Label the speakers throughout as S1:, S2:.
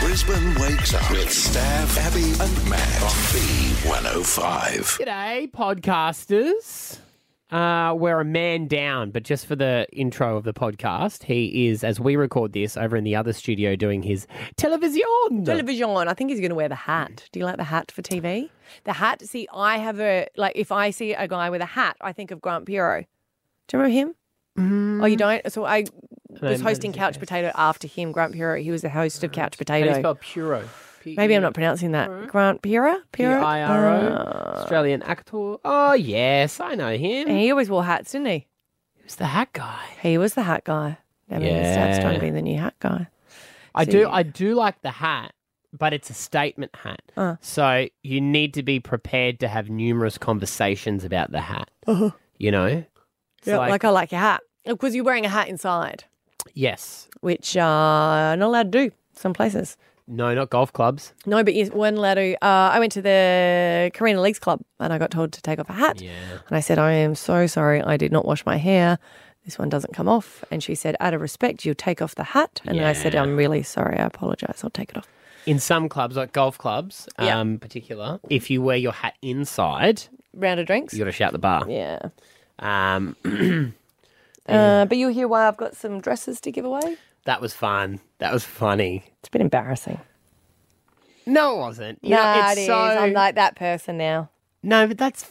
S1: Brisbane wakes up with Stav, Abby, and Matt on B105.
S2: G'day, podcasters. Uh, we're a man down, but just for the intro of the podcast, he is, as we record this, over in the other studio doing his television.
S3: Television. I think he's going to wear the hat. Do you like the hat for TV? The hat. See, I have a like. If I see a guy with a hat, I think of Grant Piero. Do you remember him?
S2: Mm.
S3: Oh, you don't. So I was
S2: no,
S3: hosting Couch Potato after him. Grant Piero. He was the host of Couch Potato.
S2: Uh, spelled E Puro.
S3: Maybe I'm not pronouncing
S2: E
S3: that. Grant Piero. Piero.
S2: P-I-R-O, Australian actor. Oh, yes, I know him.
S3: And
S2: He
S3: he always wore hats, didn't he?
S2: was the hat guy.
S3: He was the hat guy. I mean, yeah.
S2: Yeah.
S3: trying to be the new hat guy.
S2: I
S3: So
S2: do
S3: you-
S2: I do like the hat, but it's a statement hat.
S3: Ah.
S2: So you need to be prepared to have numerous conversations about the hat. You know? It's
S3: Oh. Yeah,
S2: like,
S3: like I like your hat because you're wearing a hat inside,
S2: yes.
S3: which uh, not allowed to do some places.
S2: No, not golf clubs.
S3: No, but yes, one lado. Uh, I went to the Karina Leagues Club and I got told to take off a hat.
S2: Yeah.
S3: And I said, I am so sorry. I did not wash my hair. This one doesn't come off. And she said, out of respect, you'll take off the hat. And I said, I'm really sorry. I apologize. I'll take it off.
S2: In some clubs, like golf clubs,
S3: Yeah.
S2: um, particular, if you wear your hat inside,
S3: Round of drinks.
S2: you got to shout the bar.
S3: Yeah.
S2: Um,
S3: Uh, but you'll hear why I've got some dresses to give away.
S2: that was fun. That was funny.
S3: It's a bit embarrassing.
S2: No, it wasn't. You
S3: No,
S2: know, it's
S3: it is.
S2: so-
S3: I'm like that person now.
S2: no, but that's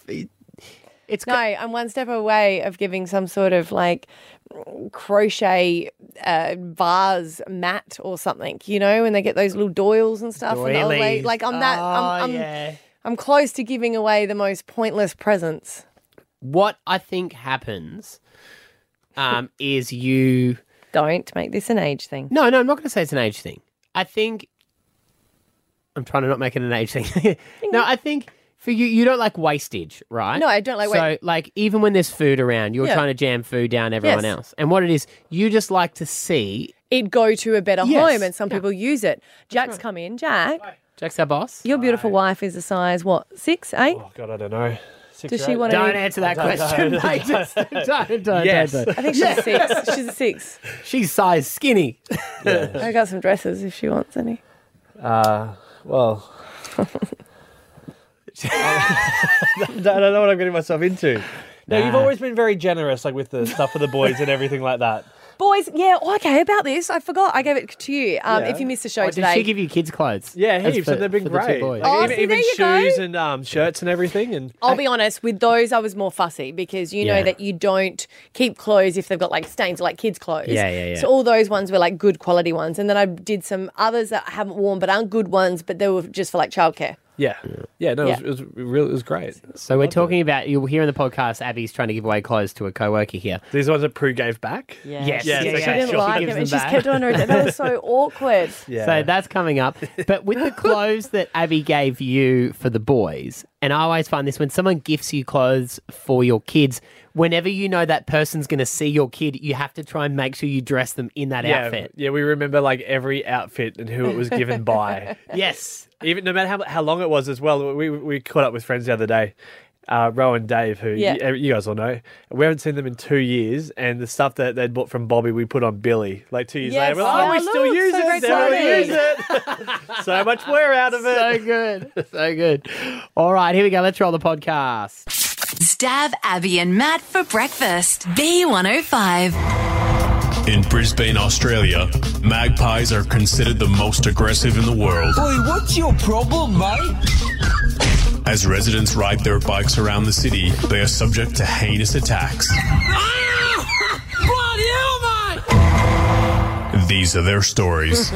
S2: it's
S3: No, I'm one step away of giving some sort of like crochet uh, vase mat or something, you know, when they get those little doils and stuff. and the old la-
S2: doilies.
S3: like I'm that. I'm,
S2: Oh,
S3: I'm,
S2: yeah.
S3: I'm close to giving away the most pointless presents.
S2: what I think happens um, is you.
S3: Don't make this an age thing.
S2: No, no, I'm not going to say it's an age thing. I think I'm trying to not make it an age thing. no, I think for you, you don't like wastage, right?
S3: No, I don't like
S2: So,
S3: wa-
S2: like, even when there's food around, you're
S3: Yeah.
S2: trying to jam food down everyone
S3: Yes.
S2: else. And what it is, you just like to see.
S3: It go to a better
S2: Yes. Mm-hmm.
S3: home, and some people use it. Jack's come in. Jack,
S2: Jack's our boss.
S3: your beautiful wife is a size what six, eight?
S4: Oh God, I don't know. Six
S3: Does
S4: or
S3: she
S4: eight?
S3: want
S2: Don't
S3: to?
S2: answer that question, mate. Just don't, don't, don't,
S4: Yes.
S2: don't.
S3: I think she's a six. She's a six.
S2: She's size skinny.
S3: I got some dresses if she wants any.
S4: Uh, well. I don't know what I'm getting myself into. No, you've
S2: Nah.
S4: always been very generous, like with the stuff for the boys and everything like that.
S3: Boys, yeah, oh, okay, about this. I forgot. I gave it to you. Um,
S4: Yeah.
S3: If you missed the show
S2: Oh, did
S3: today.
S2: she give you kids' clothes?
S4: Yeah,
S2: As
S4: heaps,
S2: for-
S4: and they've been
S2: for the two
S4: great.
S2: boys?
S4: Like,
S3: Oh,
S4: even
S3: see,
S4: even
S3: there you go. Oh.
S4: shoes and um, shirts and everything. And
S3: I'll be honest, with those I was more fussy because you
S2: Yeah.
S3: know that you don't keep clothes if they've got like stains like kids' clothes.
S2: Yeah, yeah, yeah.
S3: So all those ones were like good quality ones. And then I did some others that I haven't worn but aren't good ones, but they were just for like childcare.
S4: yeah, yeah, no,
S3: Yeah.
S4: It, was, it was real. It was great.
S2: So we're talking about you'll hear in the podcast Abby's trying to give away clothes to a coworker here.
S4: These ones that Prue gave back.
S2: Yes,
S4: Yes,
S3: she
S4: okay,
S3: didn't
S4: sure.
S3: like
S2: She gives
S3: them
S2: them
S3: and she just
S2: back.
S3: kept on her. That was so awkward.
S4: Yeah.
S2: So that's coming up. But with the clothes that Abby gave you for the boys, and I always find this when someone gifts you clothes for your kids, whenever you know that person's going to see your kid, you have to try and make sure you dress them in that
S4: yeah,
S2: outfit.
S4: yeah, we remember like every outfit and who it was given by.
S2: Yes.
S4: even no matter how, how long it was as well. We we caught up with friends the other day, uh, Ro and Dave, who
S3: Yeah.
S4: you, you guys all know. We haven't seen them in two years, and the stuff that they'd bought from Bobby, we put on Billy like two years
S3: Yes.
S4: later. We're like,
S3: Oh,
S4: oh, we still
S3: look,
S4: use
S3: so
S4: it.
S3: great
S4: They don't
S3: timing."
S4: use it. so much wear out of it.
S2: So good. So good. All right, here we go. Let's roll the podcast.
S5: Stav, Abby, and Matt for breakfast. B105.
S6: In Brisbane, Australia, magpies are considered the most aggressive in the world.
S7: Oi, what's your problem, mate?
S6: As residents ride their bikes around the city, they are subject to heinous attacks.
S7: Bloody hell, mate!
S6: These are their stories.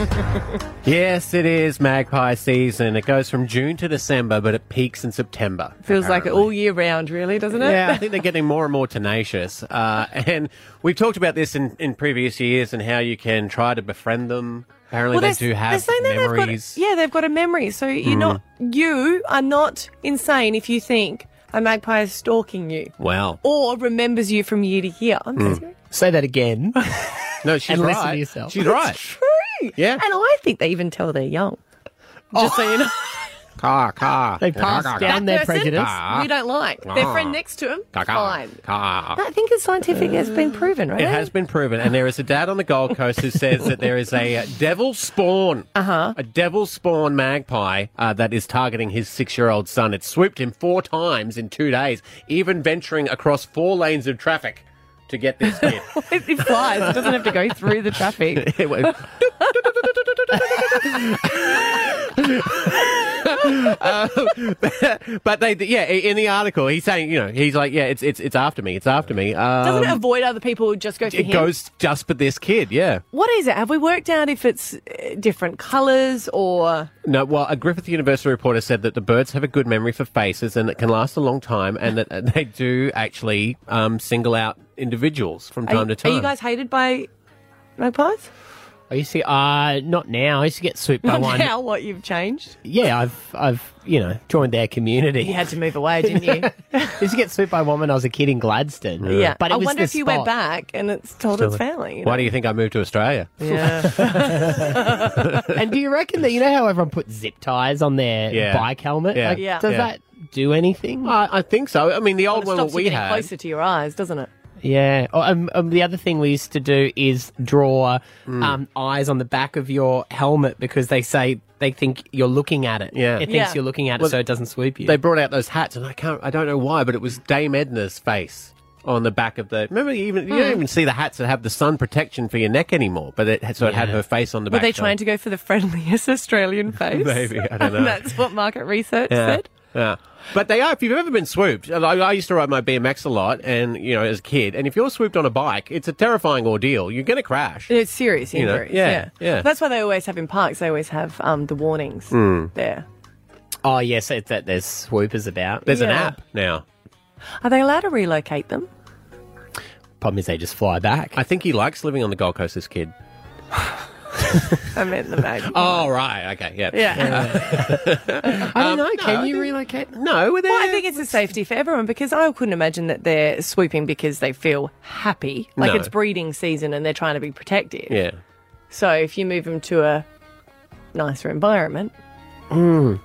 S8: Yes, it is magpie season. It goes from June to December, but it peaks in September.
S3: Feels like it all year round, really, doesn't it?
S8: Yeah, I think they're getting more and more tenacious. Uh, and we've talked about this in, in previous years and how you can try to befriend them. Apparently, they do have
S3: saying that they've got-
S8: memories.
S3: yeah, they've got a memory. So
S8: Mm-hmm.
S3: you're not you are not insane if you think a magpie is stalking you
S8: Wow.
S3: or remembers you from year to year. I'm
S8: Mm.
S3: so serious.
S2: Say that again.
S8: No, she's
S2: And
S8: right.
S2: listen to yourself.
S8: She's right.
S3: True.
S8: Yeah.
S3: And I think they even tell they're young.
S8: Just saying. Car, car.
S2: They passed
S8: Car, car,
S2: down
S8: car.
S2: their
S3: Person
S2: prejudice.
S3: we don't like. Their
S8: Ah.
S3: friend next to him,
S8: Car, car,
S3: fine.
S8: car.
S3: I think it's scientific. It's been proven, right?
S8: It has been proven, and there is a dad on the Gold Coast who says that there is a uh, devil spawn, uh-huh. a devil spawn magpie uh, that is targeting his six-year-old son. It swooped him four times in two days, even venturing across four lanes of traffic to get this kid.
S3: It, it flies. It doesn't have to go through the traffic.
S8: It went- Um, but they, yeah, i- in the article, he's saying, you know, he's like, yeah, it's it's it's after me, it's after me. Um,
S3: Doesn't it avoid other people? Just go for
S8: it
S3: him.
S8: goes just for this kid, yeah.
S3: What is it? Have we worked out if it's uh, different colours or?
S8: No, well, a Griffith University reporter said that the birds have a good memory for faces and it can last a long time, and that uh, they do actually um, single out individuals from time
S3: are,
S8: to time. Oh,
S3: Are you guys hated by magpies?
S2: I used to, uh, not now. I used to get swooped by
S3: Not
S2: one.
S3: now. What you've changed?
S2: Yeah, I've, I've, you know, joined their community.
S3: You had to move away, didn't you?
S2: I used to get swooped by one when I was a kid in Gladstone.
S3: yeah.
S2: But it
S3: I
S2: was
S3: wonder
S2: the
S3: if you went
S2: spot.
S3: back and it's told its family. you
S8: Why
S3: know?
S8: do you think I moved to Australia?
S3: Yeah.
S2: And do you reckon that you know how everyone put zip ties on their
S8: Yeah.
S2: bike helmet?
S8: Yeah.
S2: Like,
S3: Yeah.
S2: Does
S8: Yeah.
S2: that do anything?
S8: I, I think so. I mean, the
S2: Oh,
S8: old
S3: It
S8: one that
S3: stops you
S8: we
S3: getting
S8: had.
S3: closer to your eyes, doesn't it?
S2: Yeah. Oh, um, um, the other thing we used to do is draw
S8: Mm.
S2: um, eyes on the back of your helmet because they say they think you're looking at it.
S8: Yeah.
S2: It thinks
S3: Yeah.
S2: you're looking at it, so it doesn't swoop you.
S8: They brought out those hats, and I can't, I don't know why, but it was Dame Edna's face on the back of the. Remember, you even you
S3: Hmm.
S8: don't even see the hats that have the sun protection for your neck anymore, but it so it had her face on the
S3: Were
S8: back.
S3: they trying to go for the friendliest Australian face?
S8: Maybe, I don't know.
S3: That's what market research
S8: Yeah.
S3: said.
S8: Yeah. But they are, if you've ever been swooped, I, I used to ride my BMX a lot and, you know, as a kid, and if you're swooped on a bike, it's a terrifying ordeal. You're going to crash.
S3: It's serious
S8: You know,
S3: injuries.
S8: yeah,
S3: yeah,
S8: yeah.
S3: That's why they always have in parks. They always have um, the warnings
S8: Hmm.
S3: there.
S2: oh, yes, it's that there's swoopers about.
S8: There's an
S3: yeah.
S8: app now.
S3: Are they allowed to relocate them?
S2: Problem is, they just fly back.
S8: I think he likes living on the Gold Coast, this kid.
S3: I meant the bag.
S8: Oh, right. Okay. Yeah.
S3: Yeah.
S2: I
S3: Um,
S8: Um,
S2: don't know. Can you
S8: relocate? No. Well,
S3: Well, I think it's a safety for everyone because I couldn't imagine that they're swooping because they feel happy. Like
S8: No.
S3: it's breeding season and they're trying to be protective.
S8: Yeah.
S3: So if you move them to a nicer environment,
S2: mm.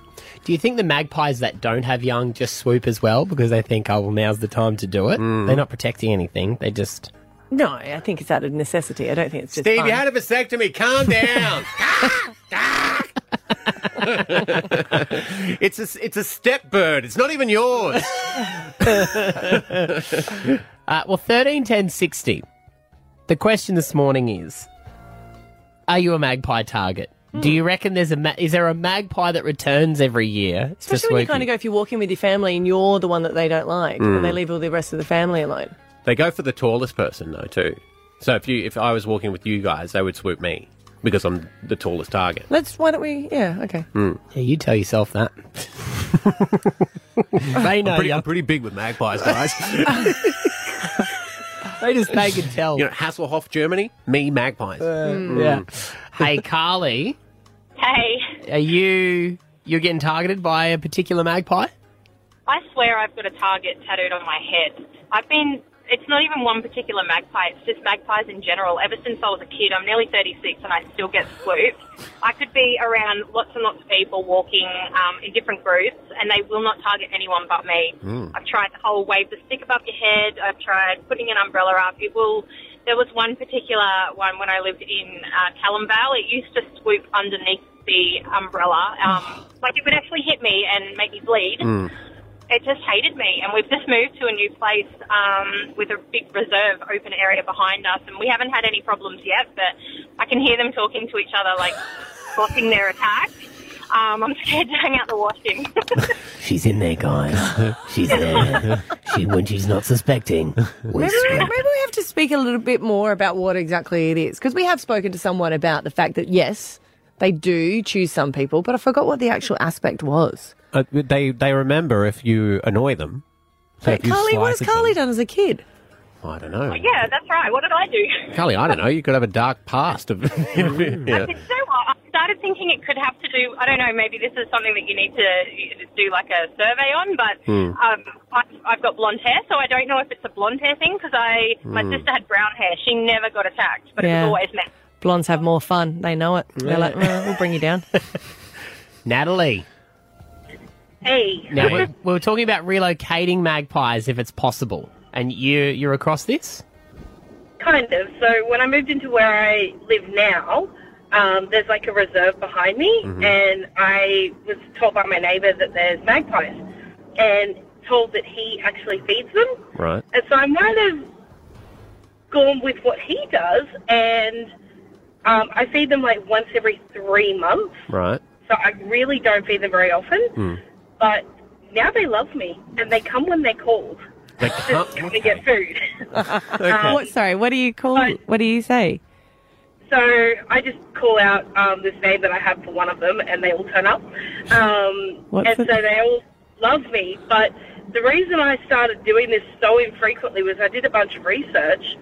S2: Do you think the magpies that don't have young just swoop as well because they think, oh, well, now's the time to do it? They're not protecting anything. They just.
S3: no, I think it's out of necessity. I don't think it's just.
S8: Steve,
S3: fun.
S8: you had a vasectomy. Calm down. it's a it's a step bird. It's not even yours.
S2: Uh, well, 13, 10, 60. The question this morning is Are you a magpie target? Do you reckon there's a ma- is there a magpie that returns every year? to
S3: Especially when you
S2: swoop
S3: kind of go, if you're walking with your family and you're the one that they don't like, and
S8: Mm.
S3: they leave all the rest of the family alone.
S8: They go for the tallest person though too. So if you if I was walking with you guys, they would swoop me because I'm the tallest target.
S3: Let's, why don't we? Yeah, okay.
S2: Yeah, you tell yourself that. they know.
S8: Pretty,
S2: yeah.
S8: I'm pretty big with magpies, guys.
S2: They just they can tell.
S8: you know, Hasselhoff, Germany, me magpies.
S2: Uh, yeah. Mm. Hey, Carly,
S9: Hey,
S2: are you you're getting targeted by a particular magpie?
S9: I swear I've got a target tattooed on my head. I've been, it's not even one particular magpie, it's just magpies in general. Ever since I was a kid, I'm nearly 36 and I still get swooped. I could be around lots and lots of people walking um, in different groups and they will not target anyone but me.
S7: Mm.
S9: I've tried the whole wave the stick above your head, I've tried putting an umbrella up. It will, there was one particular one when I lived in uh, Callumvale, it used to swoop underneath the umbrella. Um, like it would actually hit me and make me bleed it just hated me. And we've just moved to a new place um, with a big reserve open area behind us, and we haven't had any problems yet. But I can hear them talking to each other, like plotting their attack. Um, I'm scared to hang out the washing.
S2: She's in there, guys. She's there. she when she's not suspecting. We're
S3: Maybe, maybe we have to speak a little bit more about what exactly it is, because we have spoken to someone about the fact that yes, they do choose some people, but I forgot what the actual aspect was.
S8: Uh, they they remember if you annoy them. So
S3: But
S8: if you
S3: Carly, what
S8: slice
S3: has
S8: at
S3: Carly
S8: them-
S3: done as a kid?
S8: I don't know.
S9: Oh, yeah, that's right. What did I do?
S8: Carly, I don't know. You could have a dark past of. yeah.
S9: You know what? I started thinking it could have to do. I don't know. Maybe this is something that you need to do like a survey on. But um, I've, I've got blonde hair, so I don't know if it's a blonde hair thing because I my sister had brown hair. She never got attacked, but
S3: Yeah.
S9: it was always men.
S3: Blondes have more fun. They know it. They're like, well, we'll bring you down.
S2: Natalie,
S7: Hey.
S2: Now we're, we we're talking about relocating magpies if it's possible, and you you're across this.
S7: Kind of. So when I moved into where I live now, um, there's like a reserve behind me,
S10: Mhm.
S7: and I was told by my neighbour that there's magpies, and told that he actually feeds them.
S8: Right.
S7: And so I might have gone with what he does, and um, I feed them like once every three months.
S8: Right. Hmm.
S7: So I really don't feed them very often, but now they love me, and they come when they're called
S8: They come,
S7: to get food. Um,
S9: Uh, what, sorry, what do you call? What do you say?
S7: So I just call out um, this name that I have for one of them, and they all turn up. Um,
S9: What's
S7: and
S9: the-
S7: so they all love me. But the reason I started doing this so infrequently was I did a bunch of research,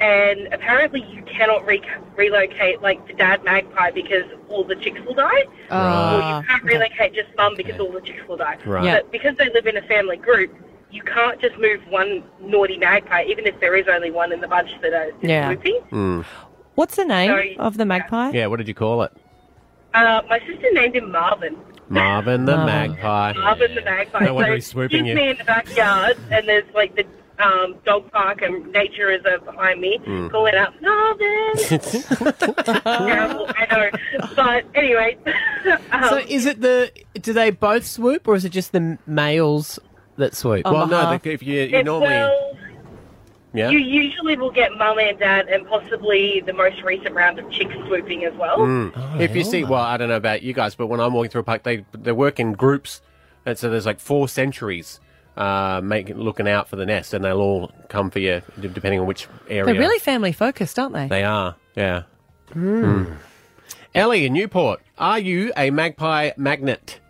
S7: and apparently you cannot re- relocate like the dad magpie because all the chicks will die.
S9: Ah,
S7: or you can't relocate just mum because all the chicks will die.
S9: Right. Yeah.
S7: But because they live in a family group. You can't just move one naughty magpie, even if there is only one in the bunch that are
S9: Yeah.
S7: swooping.
S9: What's the name
S7: Sorry.
S9: of the magpie?
S8: Hmm. Yeah, what did you call it?
S7: Uh, my sister named him Marvin.
S8: Marvin the magpie.
S7: Marvin the magpie.
S8: No wonder
S7: So
S8: he's swooping
S7: he's
S8: you.
S7: me in the backyard, and there's like the um, dog park and nature reserve behind me,
S8: Mm.
S7: calling out Marvin. Terrible, I know. But anyway, um,
S2: so is it the do they both swoop or is it just the m- males that swoop?
S7: Oh,
S8: Well, no, the- if you, you
S7: it-
S8: normally.
S7: well,
S8: Yeah.
S7: uh-huh. you usually will get mum and dad, and possibly the most recent round of chicks swooping as well.
S8: Mm.
S9: Oh,
S8: if you see, well, I don't know about you guys, but when I'm walking through a park, they they work in groups, and so there's like four centuries uh, making looking out for the nest, and they'll all come for you d- depending on which area.
S9: They're really Hmm. family focused, aren't they?
S8: They are, yeah. Mm. Ellie in Newport, are you a magpie magnet?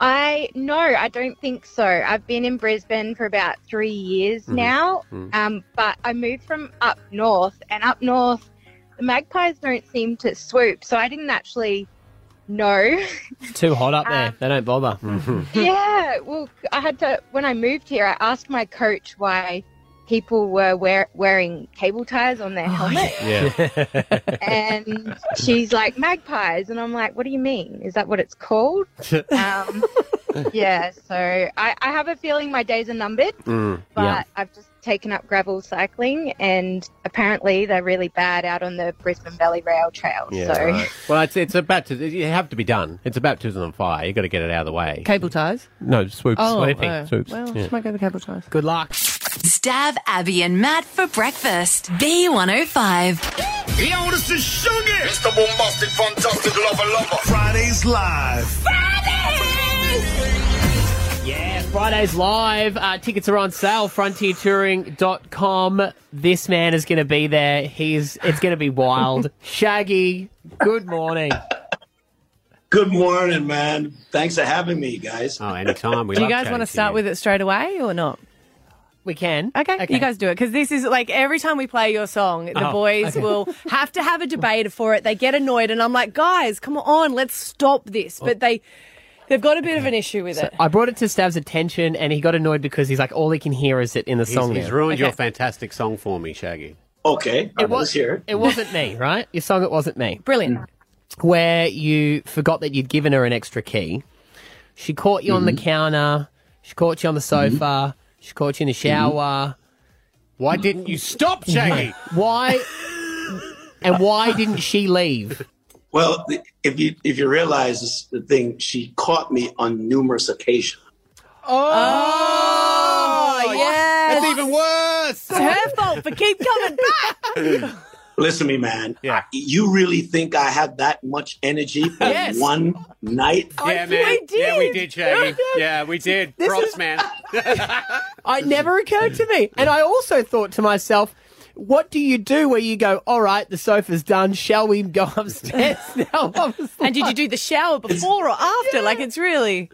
S11: I no, I don't think so. I've been in Brisbane for about three years
S8: Mhm.
S11: now,
S8: Mm.
S11: um, but I moved from up north, and up north, the magpies don't seem to swoop, so I didn't actually know.
S2: It's too hot up there. they don't bother. Mm-hmm.
S11: yeah, well, I had to when I moved here. I asked my coach why people were wear, wearing cable ties on their helmet,
S8: Yeah.
S11: and she's like magpies, and I'm like, what do you mean? Is that what it's called? Um, yeah, so I, I have a feeling my days are numbered,
S8: Mm,
S11: but
S8: yeah.
S11: I've just taken up gravel cycling, and apparently they're really bad out on the Brisbane Valley Rail
S9: Oh,
S11: Trail.
S8: Yeah,
S11: so
S8: right. Well, it's it's a baptism. You have to be done. It's a baptism of fire. You got to get it out of the way.
S9: Cable ties.
S8: No, swoops.
S9: Oh,
S8: Swooping.
S9: oh.
S8: Swoops.
S9: well,
S8: Yeah.
S9: she might go to cable ties.
S2: Good luck.
S12: Stab Abby and Matt for breakfast. B105.
S13: The oldest is sugar. It's the bombastic, fantastic lover, lover. Fridays live.
S2: Yeah, Friday's live. Uh, tickets are on sale, frontiertouring.com. This man is going to be there. He's It's going to be wild. Shaggy, good morning.
S14: Good morning, man. Thanks for having me, guys.
S8: Oh, anytime.
S9: do you guys want to start with it straight away or not?
S2: We can.
S9: Okay, you guys do it because this is like every time we play your song, the
S2: Oh,
S9: boys
S2: okay.
S9: will have to have a debate for it. They get annoyed, and I'm like, guys, come on, let's stop this. But they, they've got a bit of an issue with it.
S2: I brought it to Stav's attention and he got annoyed because he's like, all he can hear is it in the
S8: He's,
S2: song.
S8: he's
S2: now.
S8: ruined your fantastic song for me, Shaggy.
S14: Okay,
S2: it was here. It wasn't me, right? Your song, it wasn't me.
S9: Brilliant.
S8: Mm.
S2: Where you forgot that you'd given her an extra key. She caught you on
S8: Mm-hmm.
S2: the counter. She caught you on the sofa. She caught you in the shower.
S8: Mm-hmm. Why didn't you stop, Shaggy?
S2: why? And why didn't she leave?
S14: Well, th- if you if you realize this, the thing, she caught me on numerous occasions.
S9: Oh, yes.
S8: That's even worse.
S9: It's her fault for keep coming back.
S14: Listen to me, man. Yeah. You really think I had that much energy for
S9: Yes.
S14: one night?
S8: yeah, man. Yeah, we did, Shaggy. yeah, we did.
S2: This
S8: Props,
S2: is-
S8: man.
S2: It never occurred to me. And I also thought to myself, what do you do where you go, all right, the sofa's done. Shall we go upstairs now?
S9: And did you do the shower before or after? Like it's really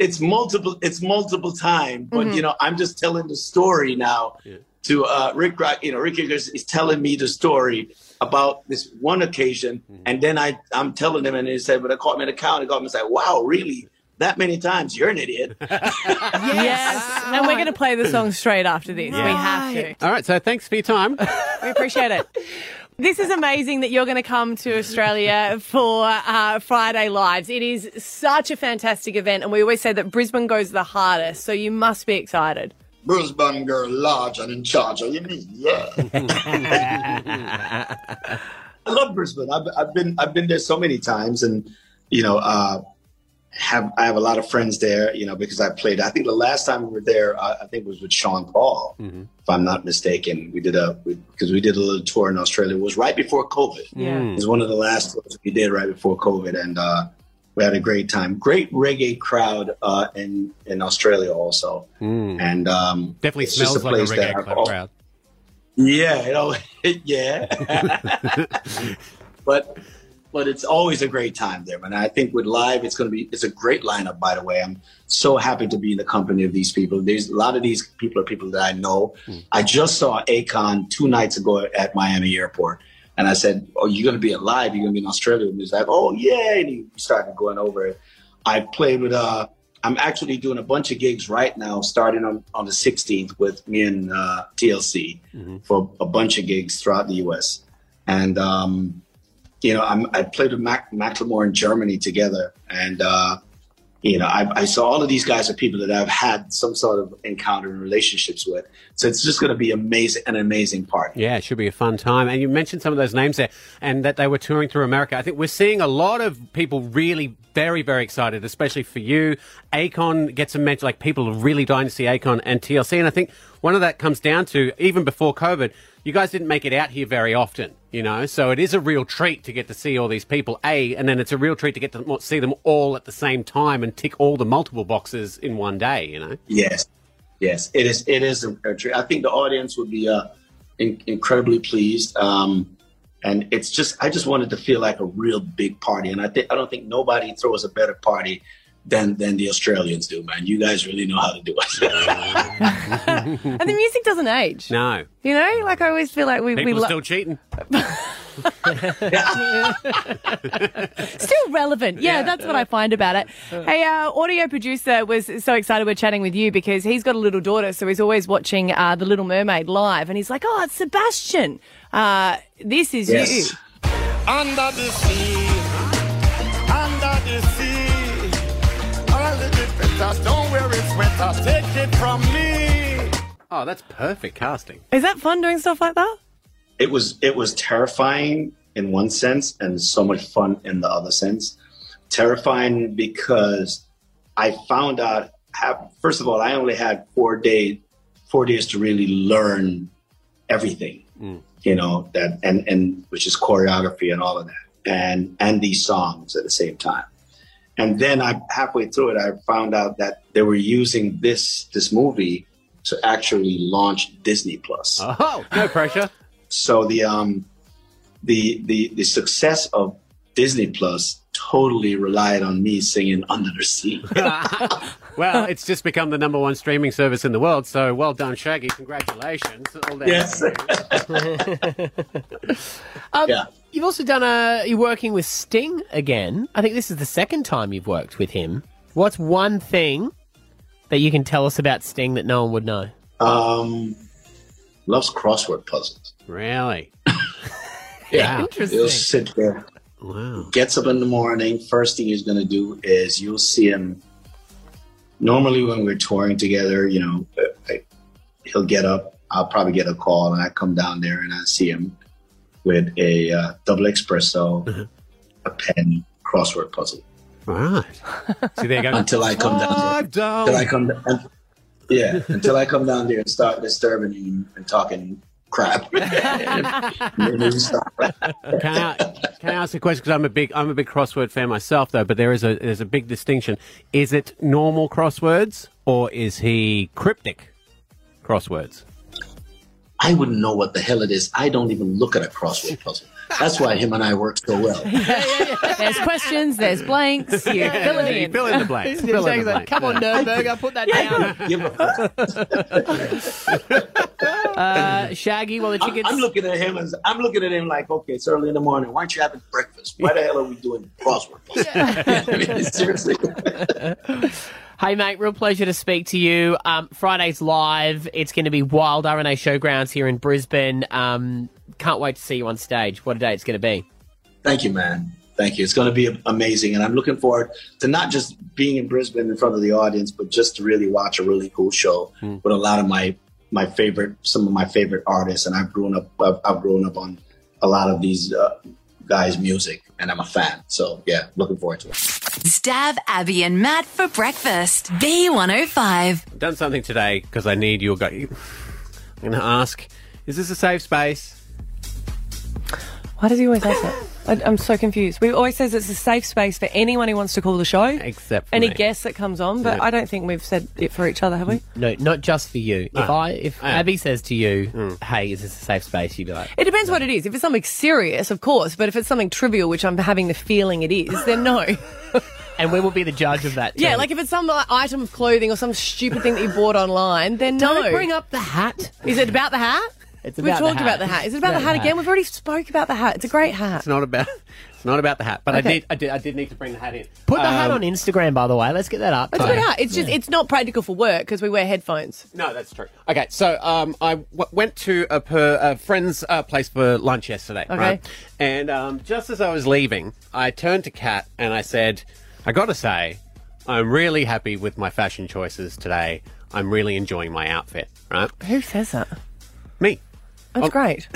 S14: It's multiple. It's multiple time, but
S9: Mhm.
S14: you know, I'm just telling the story now. To uh, Rick, Rock, you know, Rick Eggers is telling me the story about this one occasion, and then I I'm telling him, and he said, "But I caught me in the counter." Caught me and said, "Wow, really." That many times, you're an idiot.
S9: yes. And we're going to play the song straight after this. We have to.
S8: All right, so thanks for your time.
S9: We appreciate it. This is amazing that you're going to come to Australia for uh, Friday Lives. It is such a fantastic event, and we always say that Brisbane goes the hardest, so you must be excited.
S10: Brisbane girl large and in charge. Are you mean? Yeah.
S14: I love Brisbane. I've, I've been I've been there so many times, and you know, uh, have I have a lot of friends there. You know, because I played. I think the last time we were there, uh, I, I think was with Sean Paul,
S15: Mm-hmm.
S14: if I'm not mistaken. We did a because we, did a little tour in Australia. It was right before COVID.
S13: Yeah.
S8: Hmm.
S14: it was one of the last tours we did right before COVID, and uh, we had a great time. Great reggae crowd uh, in in Australia also, and um,
S8: Definitely
S14: it's just
S8: smells like a
S14: place that
S8: reggae
S14: I've
S8: club
S14: al-
S8: crowd.
S14: yeah, you know, yeah. but but it's always a great time there, man. I think with live, it's going to be it's a great lineup. By the way, I'm so happy to be in the company of these people. There's a lot of these people are people that I know. I just saw Akon two nights ago at Miami Airport. And I said, "Oh, you're gonna be alive. You're gonna be in Australia." And he's like, "Oh yeah!" And he started going over it. I played with. Uh, I'm actually doing a bunch of gigs right now, starting on, on the 16th with me and uh, TLC
S8: Mm-hmm.
S14: for a bunch of gigs throughout the U.S. And um, you know, I'm, I played with Mac, Macklemore in Germany together, and uh, you know, I, I saw all of these guys are people that I've had some sort of encounter and relationships with. So it's just going to be amazing, an amazing party.
S8: Yeah, it should be a fun time. And you mentioned some of those names there and that they were touring through America. I think we're seeing a lot of people really very, very excited, especially for you. Akon gets a mention, like people are really dying to see Akon and TLC. And I think one of that comes down to, even before COVID, you guys didn't make it out here very often, you know? So it is a real treat to get to see all these people, A, and then it's a real treat to get to see them all at the same time and tick all the multiple boxes in one day, you know?
S14: Yes, yes, it is. It is a, a treat. I think the audience would be uh, in, incredibly pleased, um, and it's just I just wanted to feel like a real big party, and I think I don't think nobody throws a better party than than the Australians do, man. You guys really know how to do it.
S9: And the music doesn't age.
S8: no,
S9: You know, like I always feel like we we
S8: people are still
S9: lo-
S8: cheating.
S9: Still relevant. Yeah, that's what I find about it. Hey, uh, audio producer was so excited we're chatting with you because he's got a little daughter, so he's always watching uh, The Little Mermaid live, and he's like, "Oh, it's Sebastian. Uh, this is
S13: Yes.
S9: you."
S13: Under the sea, under the sea. All the defenders, don't wear it sweater. Take it from me.
S8: Oh, that's perfect casting.
S9: Is that fun doing stuff like that?
S14: it was it was terrifying in one sense and so much fun in the other sense. Terrifying because I found out have, first of all I only had four day four days to really learn everything you know that and and which is choreography and all of that and and these songs at the same time and then i halfway through it i found out that they were using this this movie to actually launch disney plus
S8: oh no pressure
S14: so the um the the the success of disney plus totally relied on me singing under the sea
S8: Well, it's just become the number one streaming service in the world. So well done, Shaggy. Congratulations. All that-
S14: Yes.
S2: Um,
S14: Yeah.
S2: You've also done a. You're working with Sting again. I think this is the second time you've worked with him. What's one thing that you can tell us about Sting that no one would know?
S14: um loves crossword puzzles
S8: really
S14: yeah
S2: Interesting.
S14: he'll sit there
S8: wow
S14: gets up in the morning first thing he's going to do is you'll see him normally when we're touring together you know I, he'll get up i'll probably get a call and i come down there and i see him with a uh, double
S8: Uh-huh.
S14: espresso a pen crossword puzzle
S8: right See, there you go.
S14: until i come down there
S8: down.
S14: until i come down yeah until i come down there and start disturbing him and talking crap And then he stop.
S8: Can I, can I ask a question? Because I'm a big I'm a big crossword fan myself, though. But there is a there's a big distinction. Is it normal crosswords or is he cryptic crosswords?
S14: I wouldn't know what the hell it is. I don't even look at a crossword puzzle. That's why him and I work so well.
S9: There's questions, there's blanks. You fill it
S14: You
S9: in.
S14: fill in the blanks,
S2: fill in the blanks. Come on, Nerdberg, put that down. Uh, Shaggy, well, the
S14: I'm,
S2: chickens.
S14: I'm looking at him as I'm looking at him like, okay, it's early in the morning. Why aren't you having breakfast? Why the hell are we doing crossword puzzles? Seriously.
S2: Hey, mate, real pleasure to speak to you. Um, Friday's live. It's going to be wild RNA Showgrounds here in Brisbane. Um, Can't wait to see you on stage. What a day it's going to be.
S14: Thank you, man. Thank you. It's going to be amazing. And I'm looking forward to not just being in Brisbane in front of the audience, but just to really watch a really cool show with a lot of my, my favorite, some of my favorite artists. And I've grown up, I've, I've grown up on a lot of these uh, guys' music and I'm a fan. So yeah, looking forward to it.
S12: Stab Abby and Matt for breakfast. B105.
S8: I've done something today because I need your guy. I'm going to ask, is this a safe space?
S3: Why does he always ask that? I, I'm so confused. We always says it's a safe space for anyone who wants to call the show,
S2: Except
S3: any guest that comes on. But
S2: Yeah.
S3: I don't think we've said it for each other, have we?
S2: No, not just for you. If
S3: No.
S2: I, Mm. if Abby says to you, "Hey, is this a safe space?" You'd be like,
S3: It depends what it is. If it's something serious, of course. But if it's something trivial, which I'm having the feeling it is, then no.
S2: and we will be the judge of that.
S3: yeah,
S2: too.
S3: like if it's some like, item of clothing or some stupid thing that you bought online, then no.
S2: Don't bring up the hat.
S3: Is it about the hat?
S2: It's
S3: We've
S8: about the
S3: talked about
S8: hat.
S3: the hat. Is it about,
S8: About
S3: the
S8: the
S3: hat,
S8: hat.
S3: again? We've already spoke about the hat. It's a great hat.
S8: It's not about. It's not about the hat, but
S3: Okay.
S8: I did. I did. I did need to bring the hat in.
S2: Put the hat
S8: Um,
S2: on Instagram, by the way. Let's get that up.
S3: It's a good hat. It's just it's not practical for work because we wear headphones.
S8: No, that's true. Okay, so um, I w- went to a, per- a friend's uh, place for lunch yesterday,
S3: Okay.
S8: right? And um, just as I was leaving, I turned to Kat and I said, "I got to say, I'm really happy with my fashion choices today. I'm really enjoying my outfit." Right?
S3: Who says that?
S8: Me.
S3: That's great.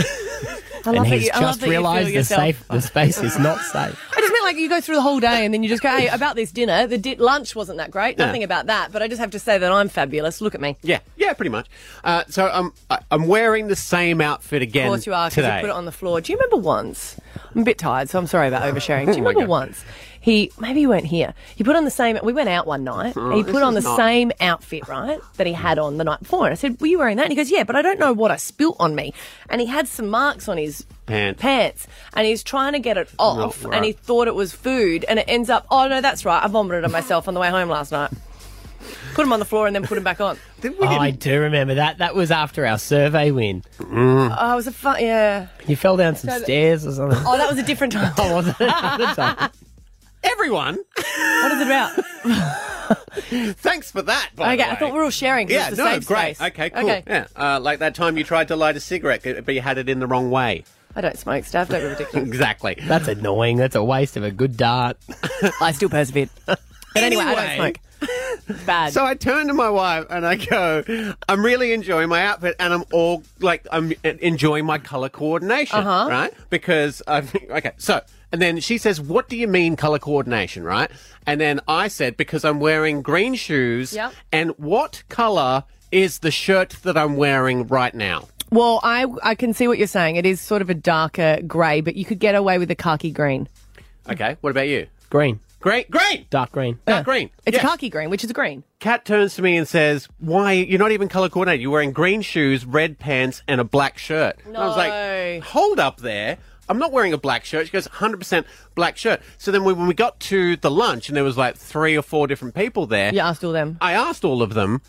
S3: I love
S2: and
S3: that
S2: Oh. he's
S3: you, I love
S2: just
S3: that you feel
S2: realised the
S3: yourself.
S2: safe the space is not safe.
S3: I just meant like you go through the whole day and then you just go, hey, about this dinner, the di- lunch wasn't that great,
S8: Yeah.
S3: nothing about that, but I just have to say that I'm fabulous. Look at me.
S8: Yeah, yeah, pretty much. Uh, so I'm I- I'm wearing the same outfit again.
S3: Of course you are because
S8: today.
S3: you put it on the floor. Do you remember once? I'm a bit tired, so I'm sorry about oversharing. Do you
S8: Oh my
S3: remember
S8: God.
S3: once he maybe you weren't here? He put on the same. We went out one night.
S8: Oh,
S3: and he
S8: this
S3: put on the
S8: is not-
S3: same outfit, right, that he had on the night before. And I said, "Were you wearing that?" And he goes, "Yeah, but I don't know what I spilt on me." And he had some marks on his
S8: Pants.
S3: pants, and he's trying to get it off,
S8: Oh,
S3: and he
S8: right.
S3: thought it was food, and it ends up, "Oh no, that's right, I vomited on myself on the way home last night." Put him on the floor and then put him back on.
S2: Oh, I do remember that. That was after our survey win. Uh,
S3: Oh, it was a fun, yeah.
S2: You fell down some
S3: So the-
S2: stairs or something.
S3: Oh, that was a different time.
S2: oh, was
S8: Everyone.
S3: What is it about?
S8: Thanks for that. by
S3: okay,
S8: the
S3: I
S8: way.
S3: thought we were all sharing. 'cause
S8: Yeah,
S3: it's the
S8: no,
S3: safe
S8: great.
S3: space.
S8: Okay, cool. Yeah, uh, like that time you tried to light a cigarette, but you had it in the wrong way.
S3: I don't smoke stuff. Don't be ridiculous.
S8: Exactly.
S2: That's annoying. That's a waste of a good dart.
S3: I still persevered. But
S2: anyway,
S8: Anyway.
S3: It's bad.
S8: So I turn to my wife and I go, I'm really enjoying my outfit and I'm all like, I'm enjoying my color coordination,
S3: Uh-huh.
S8: right? Because I've, okay, so, and then she says, What do you mean color coordination, right? And then I said, Because I'm wearing green shoes.
S3: Yep.
S8: And what color is the shirt that I'm wearing right now?
S3: well, I I can see what you're saying. It is sort of a darker grey, but you could get away with a khaki green.
S8: Okay, what about you?
S2: Green.
S8: Great, green.
S2: Dark green.
S8: Dark green.
S3: It's
S8: Yes.
S3: a khaki green, which is a green.
S8: Kat turns to me and says, "Why you're not even color coordinated? You're wearing green shoes, red pants, and a black shirt." And I was like, "Hold up, there! I'm not wearing a black shirt." She goes, "100% black shirt." So then, we, when we got to the lunch, and there was like three or four different people there,
S3: You asked all them.
S8: I asked all of them,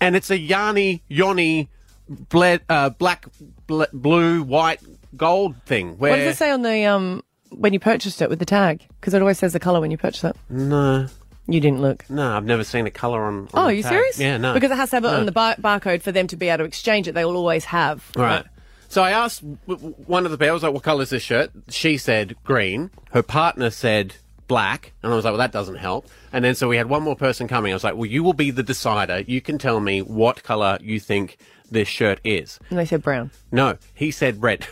S8: and it's a Yanni Yoni bled, uh, black, bl- blue, white, gold thing. Where
S3: What does it say on the um when you purchased it with the tag? Because it always says the colour when you purchase it.
S8: No,
S3: you didn't look.
S8: No, I've never seen a color on. on
S3: Oh,
S8: the
S3: are you
S8: tag.
S3: serious?
S8: Yeah, no,
S3: Because it has to have it
S8: No.
S3: on the bar- barcode for them to be able to exchange it. They will always have.
S8: Right. So I asked w- w- one of the pairs, like, what colour is this shirt? She said green. Her partner said black. And I was like, well, that doesn't help. And then so we had one more person coming. I was like, well, you will be the decider. You can tell me what colour you think this shirt is.
S3: And they said brown.
S8: No, he said red.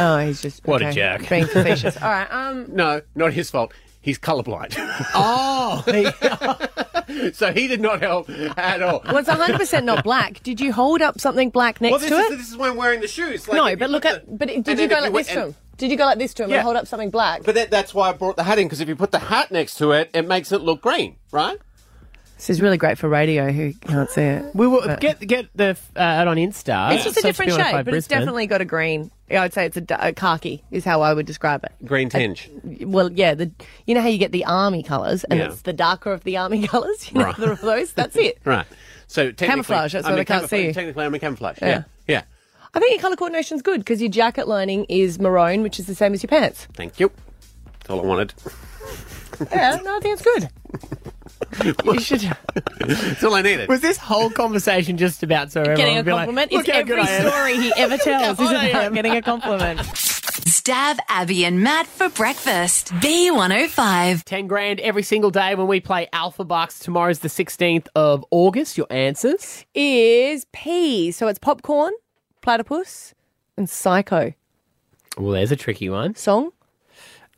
S3: Oh, he's just
S8: What a
S3: okay,
S8: jerk.
S3: Being facetious. All right. Um.
S8: No, not his fault. He's colourblind.
S2: Oh.
S8: so he did not help at all.
S3: Well, it's 100% not black. Did you hold up something black next
S8: Well, this
S3: to
S8: is,
S3: it?
S8: this is why I'm wearing the shoes.
S3: no, but look at. But it- did you go like this to him? Did you go like this to him
S8: Yeah.
S3: and hold up something black?
S8: But that, that's why I brought the hat in, because if you put the hat next to it, it makes it look green, right?
S3: This is really great for radio who can't see it.
S2: We will get get the uh, ad on Insta.
S3: It's just a
S2: Search
S3: different
S2: Purify
S3: shade, but it's
S2: Brisbane.
S3: definitely got a green. Yeah, I'd say it's a, d- a khaki is how I would describe it.
S8: Green tinge.
S3: Well, yeah, the you know how you get the army colours, and
S8: Yeah.
S3: it's the darker of the army colours. You know,
S8: Right.
S3: the- of those. That's it.
S8: Right. So technically,
S3: Camouflage, that's
S8: I
S3: what
S8: mean,
S3: I can't
S8: camouflage-
S3: see.
S8: Technically, I'm in camouflage.
S3: Yeah.
S8: Yeah. yeah.
S3: I think your colour coordination's good because your jacket lining is maroon, which is the same as your pants.
S8: Thank you. That's all I wanted.
S3: Yeah, no, I think it's good.
S2: you should.
S8: That's all I needed.
S2: Was this whole conversation just about so everyone
S3: Getting a
S2: would be like,
S3: compliment
S2: "Look
S3: is
S2: how good
S3: every
S2: I am."
S3: story he ever tells. Is
S2: Look how good I
S3: about
S2: am.
S3: getting a compliment.
S12: Stab Abby and Matt for breakfast.
S2: B105. 10 grand every single day when we play Alpha Bucks. Tomorrow's the 16th of August. Your answers?
S9: Is peas. So it's popcorn, platypus, and psycho.
S2: Well, there's a tricky one.
S9: Song?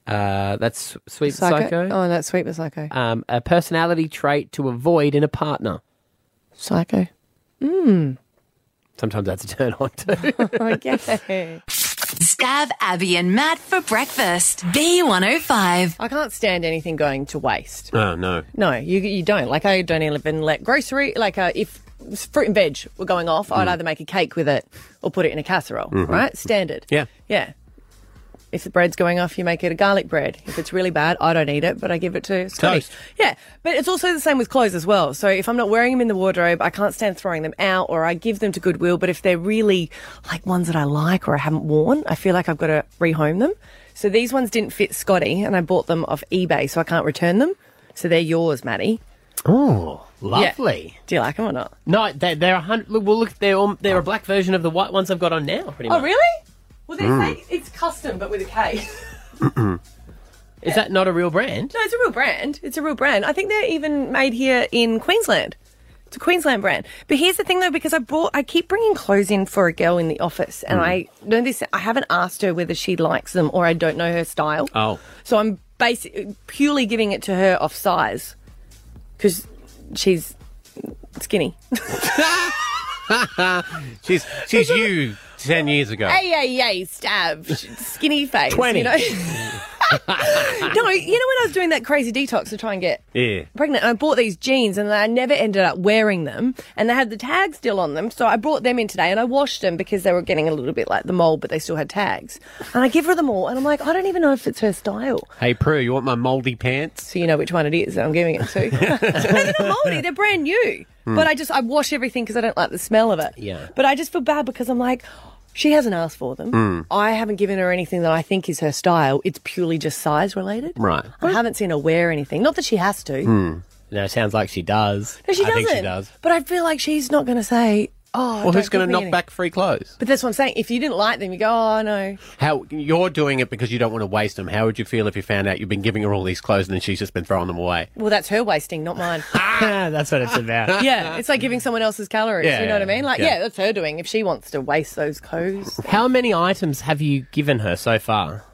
S2: Uh, that's Sweet Psycho.
S9: Oh, that's sweet but psycho.
S2: Um, a personality trait to avoid in a partner.
S9: Psycho.
S3: Hmm.
S9: Mmm.
S2: Sometimes that's a turn on too.
S9: okay.
S12: Stab Abby and Matt for breakfast. B105.
S3: I can't stand anything going to waste.
S8: Oh, no.
S3: No, you you don't. Like I don't even let grocery. Like uh, if fruit and veg were going off, I'd
S8: Mm.
S3: either make a cake with it or put it in a casserole.
S8: Mhm.
S3: Right? Standard.
S8: Yeah.
S3: Yeah. If the bread's going off, you make it a garlic bread. If it's really bad, I don't eat it, but I give it to Scotty.
S8: Toast.
S3: Yeah, but it's also the same with clothes as well. So if I'm not wearing them in the wardrobe, I can't stand throwing them out, or I give them to Goodwill. But if they're really like ones that I like or I haven't worn, I feel like I've got to rehome them. So these ones didn't fit Scotty, and I bought them off eBay, so I can't return them. So they're yours, Maddie.
S2: Oh,
S3: lovely. Do you like them or not?
S2: No, they're, they're a hundred. Look, well, look, they're all, they're a black version of the white ones I've got on now. Pretty much.
S3: Oh, really? Well, they
S2: Mm.
S3: say it's custom, but with a case.
S2: really? Is that not a real brand?
S3: No, it's a real brand. It's a real brand. I think they're even made here in Queensland. It's a Queensland brand. But here's the thing though, because I brought, I keep bringing clothes in for a girl in the office, and
S8: Mm.
S3: I know this. I haven't asked her whether she likes them or I don't know her style.
S8: Oh.
S3: So I'm basically purely giving it to her off size because she's skinny.
S8: she's she's you ten years ago.
S3: Hey, hey, hey, stab. Skinny face.
S8: 20.
S3: You know? no, you know when I was doing that crazy detox to try and get
S8: Yeah.
S3: pregnant and I bought these jeans and I never ended up wearing them and they had the tags still on them. So I brought them in today and I washed them because they were getting a little bit like the mold, but they still had tags. And I give her them all and I'm like, I don't even know if it's her style.
S8: Hey Prue, you want my moldy pants?
S3: So you know which one it is that I'm giving it to. they're not moldy, they're brand new.
S8: Hmm.
S3: But I just, I wash everything because I don't like the smell of it.
S8: Yeah.
S3: But I just feel bad because I'm like, she hasn't asked for them.
S8: Hmm.
S3: I haven't given her anything that I think is her style. It's purely just size related.
S2: Right.
S3: I haven't seen her wear anything. Not that she has to.
S8: Hmm.
S2: No, it sounds like she does.
S3: No, she
S2: I
S3: doesn't.
S2: think she does.
S3: But I feel like she's not going to say, oh.
S8: Well, who's
S3: going to
S8: knock back free clothes?
S3: But that's what I'm saying. If you didn't like them, you go, oh, no.
S8: How you're doing it because you don't want to waste them. How would you feel if you found out you've been giving her all these clothes and then she's just been throwing them away?
S3: Well, that's her wasting, not mine.
S8: Ah,
S2: that's what it's about.
S3: yeah, it's like giving someone else's calories.
S2: Yeah,
S3: you know what I mean? Like,
S2: yeah.
S3: yeah. that's her doing. If she wants to waste those clothes.
S2: How many items have you given her so far?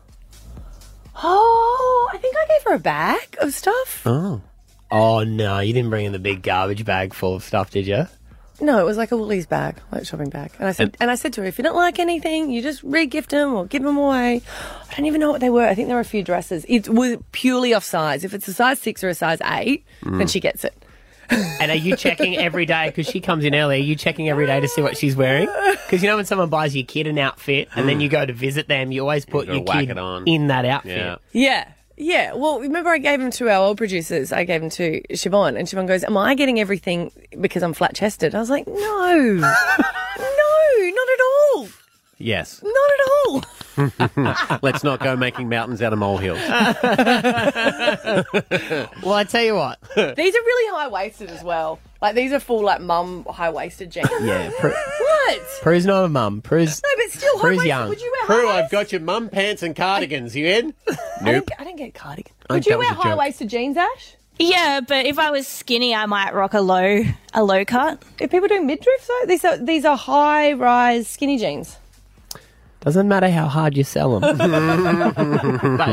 S3: Oh, I think I gave her a bag of stuff.
S2: Oh. Oh no, you didn't bring in the big garbage bag full of stuff, did you?
S3: No, it was like a Woolies bag, like shopping bag. And I said, and, I said to her, if you don't like anything, you just re-gift them or give them away. I don't even know what they were. I think there were a few dresses. It was purely off size. If it's a size six or a size eight, then
S2: Mm.
S3: she gets it.
S2: And are you checking every day because she comes in early? Are you checking every day to see what she's wearing? Because you know when someone buys your kid an outfit and then you go to visit them, you always put
S8: gotta
S2: your
S8: whack
S2: kid
S8: it on.
S2: in that outfit.
S8: Yeah.
S3: Yeah. Yeah. Well, remember I gave them to our old producers. I gave them to Siobhan, and Siobhan goes, Am I getting everything because I'm flat chested? I was like, No. no, not at all.
S8: Yes.
S3: Not at all.
S8: Let's not go making mountains out of molehills.
S2: well, I tell you what.
S3: These are really high waisted as well. Like these are full like mum high waisted jeans.
S2: Yeah. Pru-
S3: What?
S2: Prue's not a mum. Prue's
S3: No, but still, high
S2: Prue's
S3: waisted.
S2: young.
S3: Would you wear?
S8: Prue, I've got your mum pants and cardigans. You in?
S3: I
S8: Nope.
S3: didn't, I didn't get a cardigan.
S8: I
S3: Would
S8: think
S3: you
S8: that was
S3: wear
S8: a joke.
S3: high waisted jeans, Ash?
S16: Yeah, but if I was skinny, I might rock a low a low cut.
S3: If people do midriffs though, these are these are high rise skinny jeans.
S2: Doesn't matter how hard you sell them. they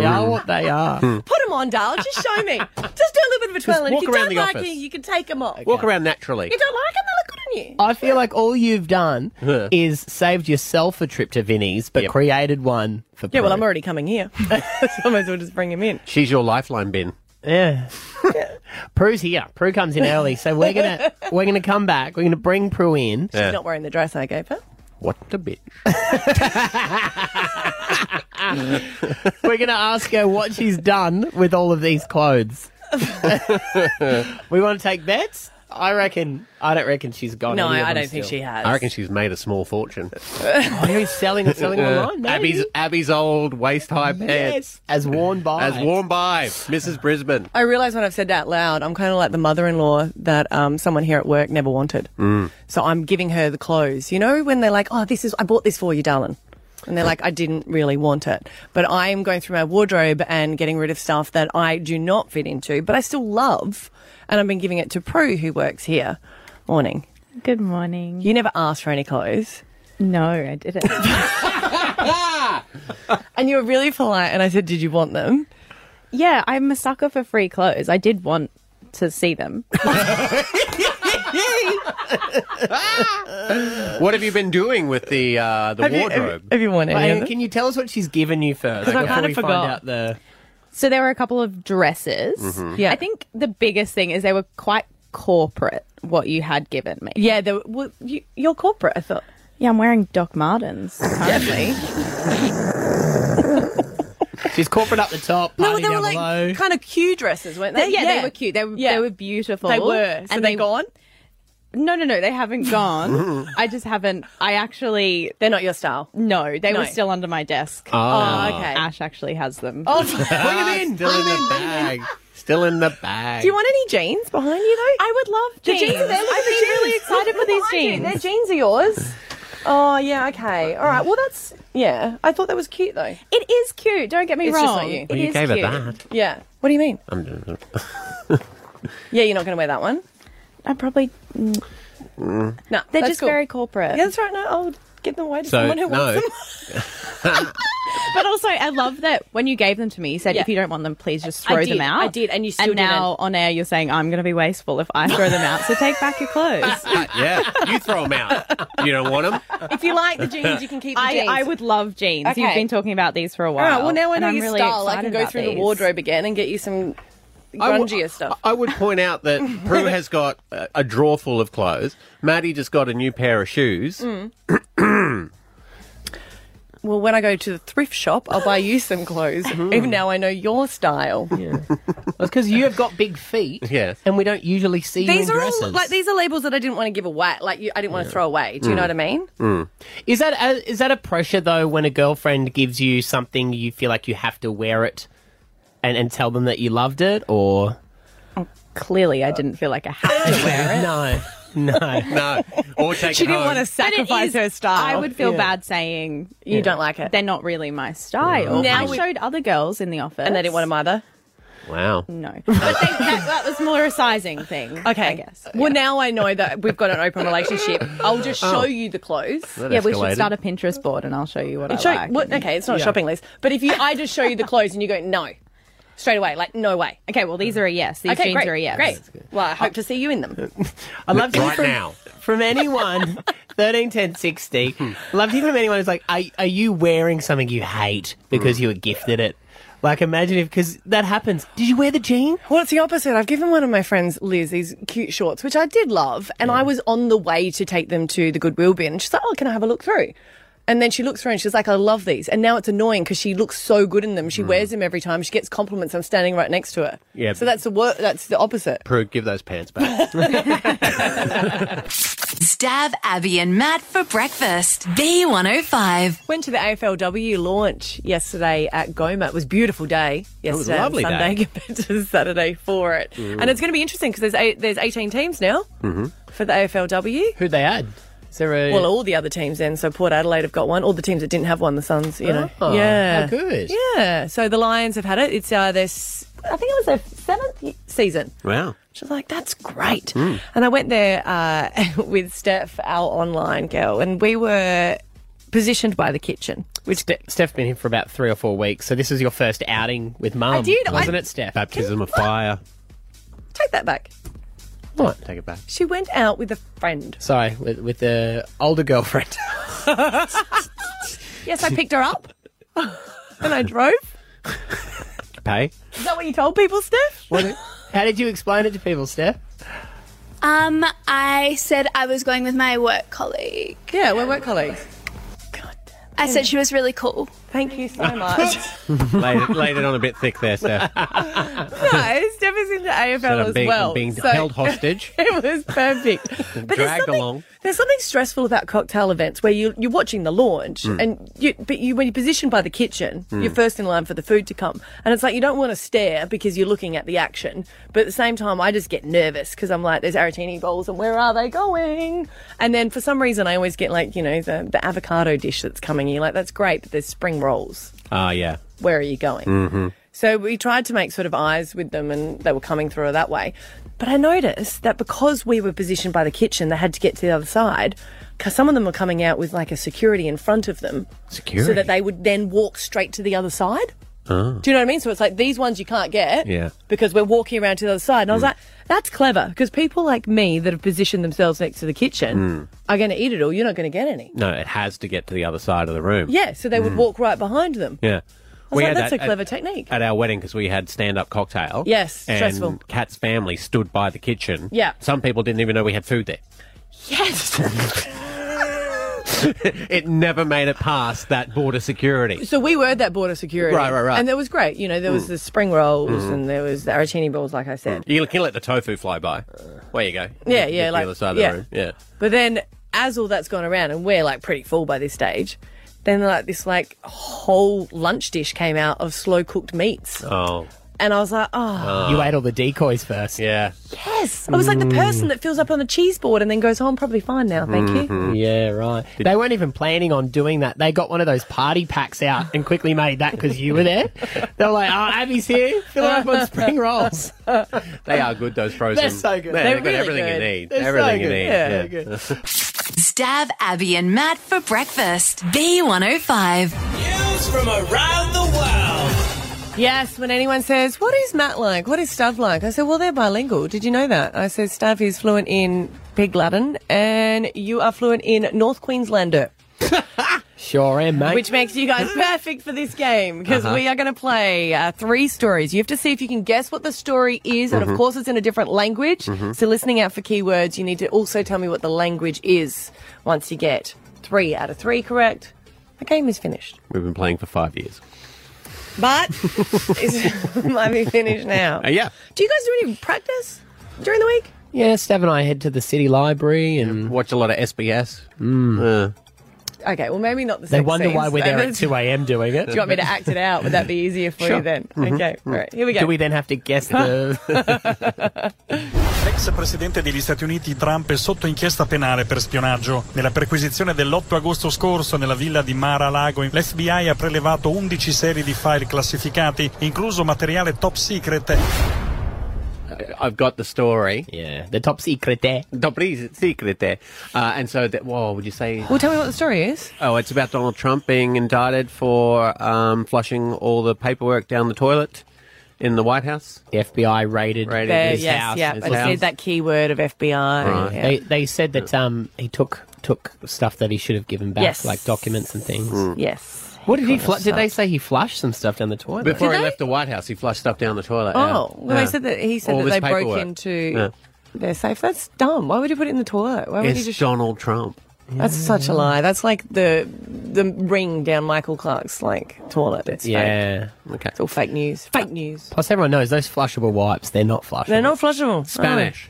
S2: are what they are.
S3: Put them on, darling. Just show me. Just do a little bit of a twirl, and if
S8: walk
S3: you
S8: around
S3: don't
S8: the
S3: like
S8: office.
S3: it, you can take them off.
S8: Walk around
S3: You
S8: naturally.
S3: don't like them? They look good on you.
S2: I feel like all you've done is saved yourself a trip to Vinny's, but created one for
S3: Yeah, well,
S2: Prue.
S3: I'm already coming here. so I might as well just bring him in.
S8: She's your lifeline bin.
S2: Yeah. Prue's here. Prue comes in early, so we're gonna we're gonna come back. We're gonna bring Prue in.
S3: She's not wearing the dress I gave her.
S2: What the bitch? Ah. we're gonna ask her what she's done with all of these clothes. we want to take bets. I reckon. I don't reckon she's gone.
S3: No,
S2: any of
S3: I
S2: them
S3: don't think
S2: still.
S3: she has.
S8: I reckon she's made a small fortune. Uh,
S2: oh, he's selling selling online. Maybe.
S8: Abby's Abby's old waist high pants,
S2: as worn by
S8: as worn by Mrs. Brisbane.
S3: I realise when I've said that loud, I'm kind of like the mother-in-law that um, someone here at work never wanted.
S8: Mm.
S3: So I'm giving her the clothes. You know, when they're like, oh, this is, I bought this for you, darling. And they're like, I didn't really want it. But I am going through my wardrobe and getting rid of stuff that I do not fit into, but I still love. And I've been giving it to Prue, who works here. Morning.
S17: Good morning.
S3: You never asked for any clothes.
S17: Mm. No, I didn't.
S3: and you were really polite. And I said, Did you want them?
S17: Yeah, I'm a sucker for free clothes. I did want to see them.
S8: What have you been doing with the uh, the
S17: Have you- have-
S8: wardrobe?
S3: have you worn
S2: Well, Anna, can you tell us what she's given you first?
S17: 'Cause I
S2: before
S17: kinda
S2: we
S17: forgot.
S2: Find out the
S17: So there were a couple of dresses.
S2: Mhm.
S3: Yeah.
S17: I think the biggest thing is they were quite corporate, what you had given me.
S3: Yeah, they were, well, you, you're corporate, I thought.
S17: Yeah, I'm wearing Doc Martens currently.
S2: she's corporate up the top,
S3: No,
S2: party
S3: they
S2: down
S3: were like
S2: below.
S3: kind of cute dresses, weren't they?
S17: They- yeah, they were cute. They were,
S3: Yeah.
S17: they were beautiful.
S3: They were. So they're gone?
S17: No, no, no. They haven't gone. I just haven't. I actually.
S3: They're not your style.
S17: No, they
S3: No.
S17: were still under my desk.
S8: Ah. Oh, okay.
S17: Ash actually has them.
S3: Oh,
S8: Ah, Still in the bag. Still in the bag.
S3: Do you want any jeans behind you though?
S17: I would love
S3: The jeans are there. Look
S17: I've
S3: at the
S17: been
S3: jeans.
S17: really excited for
S3: Look
S17: these
S3: behind you.
S17: jeans.
S3: Their jeans are yours. Oh yeah, okay, all right. Well, that's yeah. I thought that was cute though.
S17: It is cute. Don't get me
S3: It's
S17: wrong.
S3: just not you.
S17: It
S8: Well, you
S17: is
S8: gave her
S17: cute.
S8: that.
S3: Yeah. What do you mean?
S8: I'm,
S3: Yeah, you're not going to wear that one.
S17: I probably no.
S8: Mm.
S17: They're
S3: that's
S17: just
S3: cool.
S17: very corporate.
S3: Yeah, that's right. No, I'll give them away to
S8: so
S3: someone who
S8: no.
S3: wants them.
S17: But also, I love that when you gave them to me, you said if you don't want them, please just
S3: I
S17: throw
S3: did.
S17: them out.
S3: I did, and you still
S17: And now on air, you're saying I'm going to be wasteful if I throw them out. So take back your clothes.
S8: Uh, yeah, you throw them out. You don't want them.
S3: If you like the jeans, you can keep the
S17: I,
S3: jeans.
S17: I would love jeans.
S3: Okay.
S17: You've been talking about these for a
S3: All
S17: while.
S3: right. Well, now I
S17: and
S3: know
S17: I'm
S3: your
S17: really
S3: style. I
S17: excited
S3: can go
S17: about
S3: through
S17: these.
S3: the wardrobe again and get you some
S8: I wa-
S3: grungier stuff.
S8: I would point out that Prue has got a, a drawer full of clothes. Maddie just got a new pair of shoes.
S3: Mm. Well, when I go to the thrift shop, I'll buy you some clothes. Even now I know your style.
S2: because you have got big feet.
S8: Yes.
S2: And we don't usually see
S3: These
S2: you in
S3: are
S2: dresses.
S3: all like these are labels that I didn't want to give away. Like you, I didn't want to throw away. Do you
S2: Mm.
S3: know what I mean?
S2: Is that a, is that a pressure though when a girlfriend gives you something you feel like you have to wear it and, and tell them that you loved it or
S17: Clearly, I didn't feel like I had to wear it.
S2: no no
S8: no or take
S17: She
S8: it
S17: didn't
S8: home.
S17: want to
S3: sacrifice her style.
S17: I would feel
S3: Yeah.
S17: bad saying
S3: You don't like it.
S17: They're not really my style.
S3: Now
S17: I
S3: we-
S17: showed other girls in the office,
S3: And they didn't want them either.
S8: Wow.
S17: No, but they, that, that was more a sizing thing.
S3: Okay.
S17: I guess.
S3: Well, now I know that we've got an open relationship. I'll just show
S17: Oh.
S3: you the clothes.
S17: yeah, we should start a Pinterest board, and I'll show you what I
S3: Show-
S17: like.
S3: what- okay, it's not
S17: Yeah.
S3: a shopping list, but if you, I just show you the clothes and you go no, straight away, like no way.
S17: Okay, well these are a yes. These
S3: okay,
S17: jeans
S3: great,
S17: are a yes.
S3: Great. Well, I hope to see you in them.
S2: I love to hear
S3: Right
S2: from,
S3: now.
S2: from anyone thirteen ten sixty.
S8: Hmm.
S2: Love to hear from anyone who's like, are, are you wearing something you hate because
S8: Hmm.
S2: you were gifted it? Like imagine if because that happens. Did you wear the jean?
S3: Well, it's the opposite. I've given one of my friends, Liz, these cute shorts, which I did love. And I was on the way to take them to the Goodwill bin. She's like, oh, can I have a look through? And then she looks through and she's like, I love these. And now it's annoying because she looks so good in them.
S12: Mm.
S3: She wears them every time. She gets compliments. I'm standing right next to her.
S8: Yeah.
S3: So that's the wor- that's the opposite.
S8: Prue, give those pants back.
S12: Stab Abby and Matt for breakfast. B105.
S3: Went to the AFLW launch yesterday at Goma. It was a beautiful day yesterday.
S12: was a
S3: and
S12: lovely day.
S3: Sunday compared to Saturday for it.
S2: Mm.
S3: And it's going to be interesting because there's, eight, there's 18 teams now
S2: Mm-hmm.
S3: for the AFLW.
S2: Who'd they add? Is there a
S3: Well, all the other teams then. So Port Adelaide have got one. All the teams that didn't have one, the Suns, you know.
S2: Oh,
S3: yeah.
S2: how good.
S3: Yeah. So the Lions have had it. It's uh, their, s- I think it was their seventh y- season.
S8: wow.
S3: She's like, that's great.
S2: Hmm.
S3: And I went there uh, with Steph, our online girl, and we were positioned by the kitchen.
S2: Which Ste- Steph's been here for about three or four weeks, so this is your first outing with Mum.
S3: I did, I-
S2: wasn't it, Steph?
S8: Baptism of fire.
S3: Take that back.
S2: What? Take it back.
S3: She went out with a friend.
S2: Sorry, with, with the older girlfriend.
S3: yes, I picked her up and I drove.
S2: Pay.
S3: Is that what you told people, Steph?
S2: What, how did you explain it to people, Steph?
S18: Um, I said I was going with my work colleague.
S3: Yeah, we're work colleagues.
S18: I said she was really cool.
S3: Thank you so much.
S8: laid, it, laid it on a bit thick there, Steph.
S3: no, Steph is in the AFL
S8: So I'm
S3: as
S8: being- I'm
S3: well.
S8: being held hostage.
S3: it was perfect. there's
S8: Mm. Dragged
S3: something-
S8: along.
S3: There's something stressful about cocktail events where you you're watching the launch
S8: Mm.
S3: and you but you when you're positioned by the kitchen,
S8: Mm.
S3: you're first in line for the food to come. And it's like you don't want to stare because you're looking at the action. But at the same time I just get nervous because I'm like, there's aratini bowls and where are they going? And then for some reason I always get like, you know, the, the avocado dish that's coming. You're like, that's great, but there's spring rolls.
S8: Ah, yeah.
S3: Where are you going?
S8: Mm-hmm.
S3: So we tried to make sort of eyes with them and they were coming through that way. But I noticed that because we were positioned by the kitchen, they had to get to the other side because some of them were coming out with like a security in front of them. So
S8: Security? Hmm.
S3: that they would then walk straight to the other side. Do you know what I mean? So it's like these ones you can't get
S8: Yeah. Hmm.
S3: because we're walking around to the other side. And I was like, that's clever because people like me that have positioned themselves next to the
S8: Hmm. Mm.
S3: kitchen are going to eat it all. You're not going to get any.
S8: No, it has to get to the other side of the room.
S3: Yeah. So they would
S8: Mm.
S3: walk right behind them.
S8: Yeah.
S3: I was like, that's a clever technique.
S8: At our wedding, because we had stand up cocktail.
S3: Yes,
S8: and
S3: stressful.
S8: Kat's family stood by the kitchen.
S3: Yeah.
S8: Some people didn't even know we had food there.
S3: Yes.
S8: it never made it past that border security.
S3: So we were that border security.
S8: Right, right, right.
S3: And that was great. You know, there was
S8: Mm.
S3: the spring rolls
S8: Mhm.
S3: and there was the arancini balls, like I said.
S8: You can let the tofu fly by. Where you go.
S3: Yeah,
S8: You
S3: yeah,
S8: get to
S3: like-
S8: the other side of
S3: yeah.
S8: the room. Yeah.
S3: But then as all that's gone around and we're like pretty full by this stage, then like this like whole lunch dish came out of slow cooked meats.
S8: Oh. uh,
S3: And I was like,
S8: Ah.
S3: oh.
S2: you ate all the decoys first.
S8: Yeah.
S3: Yes. I was like the
S8: Mm.
S3: person that fills up on the cheese board and then goes, oh, I'm probably fine now. Thank
S8: Mm.
S3: you.
S8: Mm-hmm.
S2: Yeah, right. they weren't even planning on doing that. They got one of those party packs out and quickly made that because you were there. They were like, "Oh, Abby's here. Fill her up on spring rolls."
S8: They are good, those frozen.
S2: They're so good.
S8: Yeah,
S2: They're
S8: they've
S2: really
S8: got everything
S2: good.
S8: you need.
S2: They're so
S8: everything you need.
S2: good. Yeah,
S8: Yeah.
S12: Stab Abby and Matt for breakfast. B105.
S19: News from around the world.
S3: Yes, when anyone says, What is Matt like? What is Stav like? I said, Well, they're bilingual. Did you know that? I said, Stav is fluent in Pig Latin and you are fluent in North Queenslander,
S2: Sure am, mate.
S3: which makes you guys perfect for this game because
S2: Uh-huh.
S3: we are going to play uh, three stories. You have to see if you can guess what the story is. And of
S2: Mhm.
S3: course, it's in a different language.
S2: Mhm.
S3: So, listening out for keywords, you need to also tell me what the language is once you get three out of three correct. The game is finished.
S8: We've been playing for five years.
S3: But it might be finished now.
S8: Uh, yeah.
S3: Do you guys do any practice during the week?
S2: Yeah, Stav and I head to the city library and Mm.
S8: watch a lot of SBS.
S3: Okay, well, maybe not the
S2: They
S3: sex
S2: wonder why
S3: scenes.
S2: we're there at
S3: That's-
S2: 2 a.m. doing it.
S3: Do you want me to act it out? Would that be easier for
S2: Sure.
S3: you then?
S2: Mhm.
S3: Okay, all right, here we go.
S2: Do we then have to guess the.
S20: L'ex presidente degli Stati Uniti Trump è sotto inchiesta penale per spionaggio. Nella perquisizione dell'8 agosto scorso nella villa di Mar-a-Lago, l'FBI ha prelevato 11 serie di file classificati, incluso materiale top secret.
S8: I've got the story.
S2: Yeah, the top secret eh? there.
S8: Top re- secret there. Uh, and so, that, whoa, would you say?
S3: Well, tell me what the story is.
S8: Oh, it's about Donald Trump being indicted for um, flushing all the paperwork down the toilet in the White House.
S2: The FBI raided,
S3: There,
S8: his
S3: yes,
S8: house.
S3: yeah.
S8: his
S3: I
S8: house.
S3: said that keyword of FBI. Oh, yeah.
S2: They, they said that um, he took took stuff that he should have given back,
S3: Yes. Mm.
S2: like documents and things.
S3: Yes.
S2: What did he?
S8: got
S2: Fl-
S8: us
S2: did they
S8: up.
S2: say he flushed some stuff down the toilet?
S8: Before he left the White House, he flushed stuff down the toilet. yeah.
S3: Oh, well,
S8: Yeah.
S3: they said that he said
S8: All
S3: that
S8: this
S3: they broke
S8: paperwork.
S3: into
S8: Yeah.
S3: their safe. That's dumb. Why would you put it in the toilet? Why would
S8: It's
S3: you just?
S8: Donald Trump.
S3: That's such a lie. That's like the the ring down Michael Clark's like toilet. It's fake.
S2: yeah.
S8: Okay.
S3: It's all fake news. Fake news.
S2: Plus, everyone knows those flushable wipes. They're not flushable.
S3: They're not flushable.
S8: Spanish.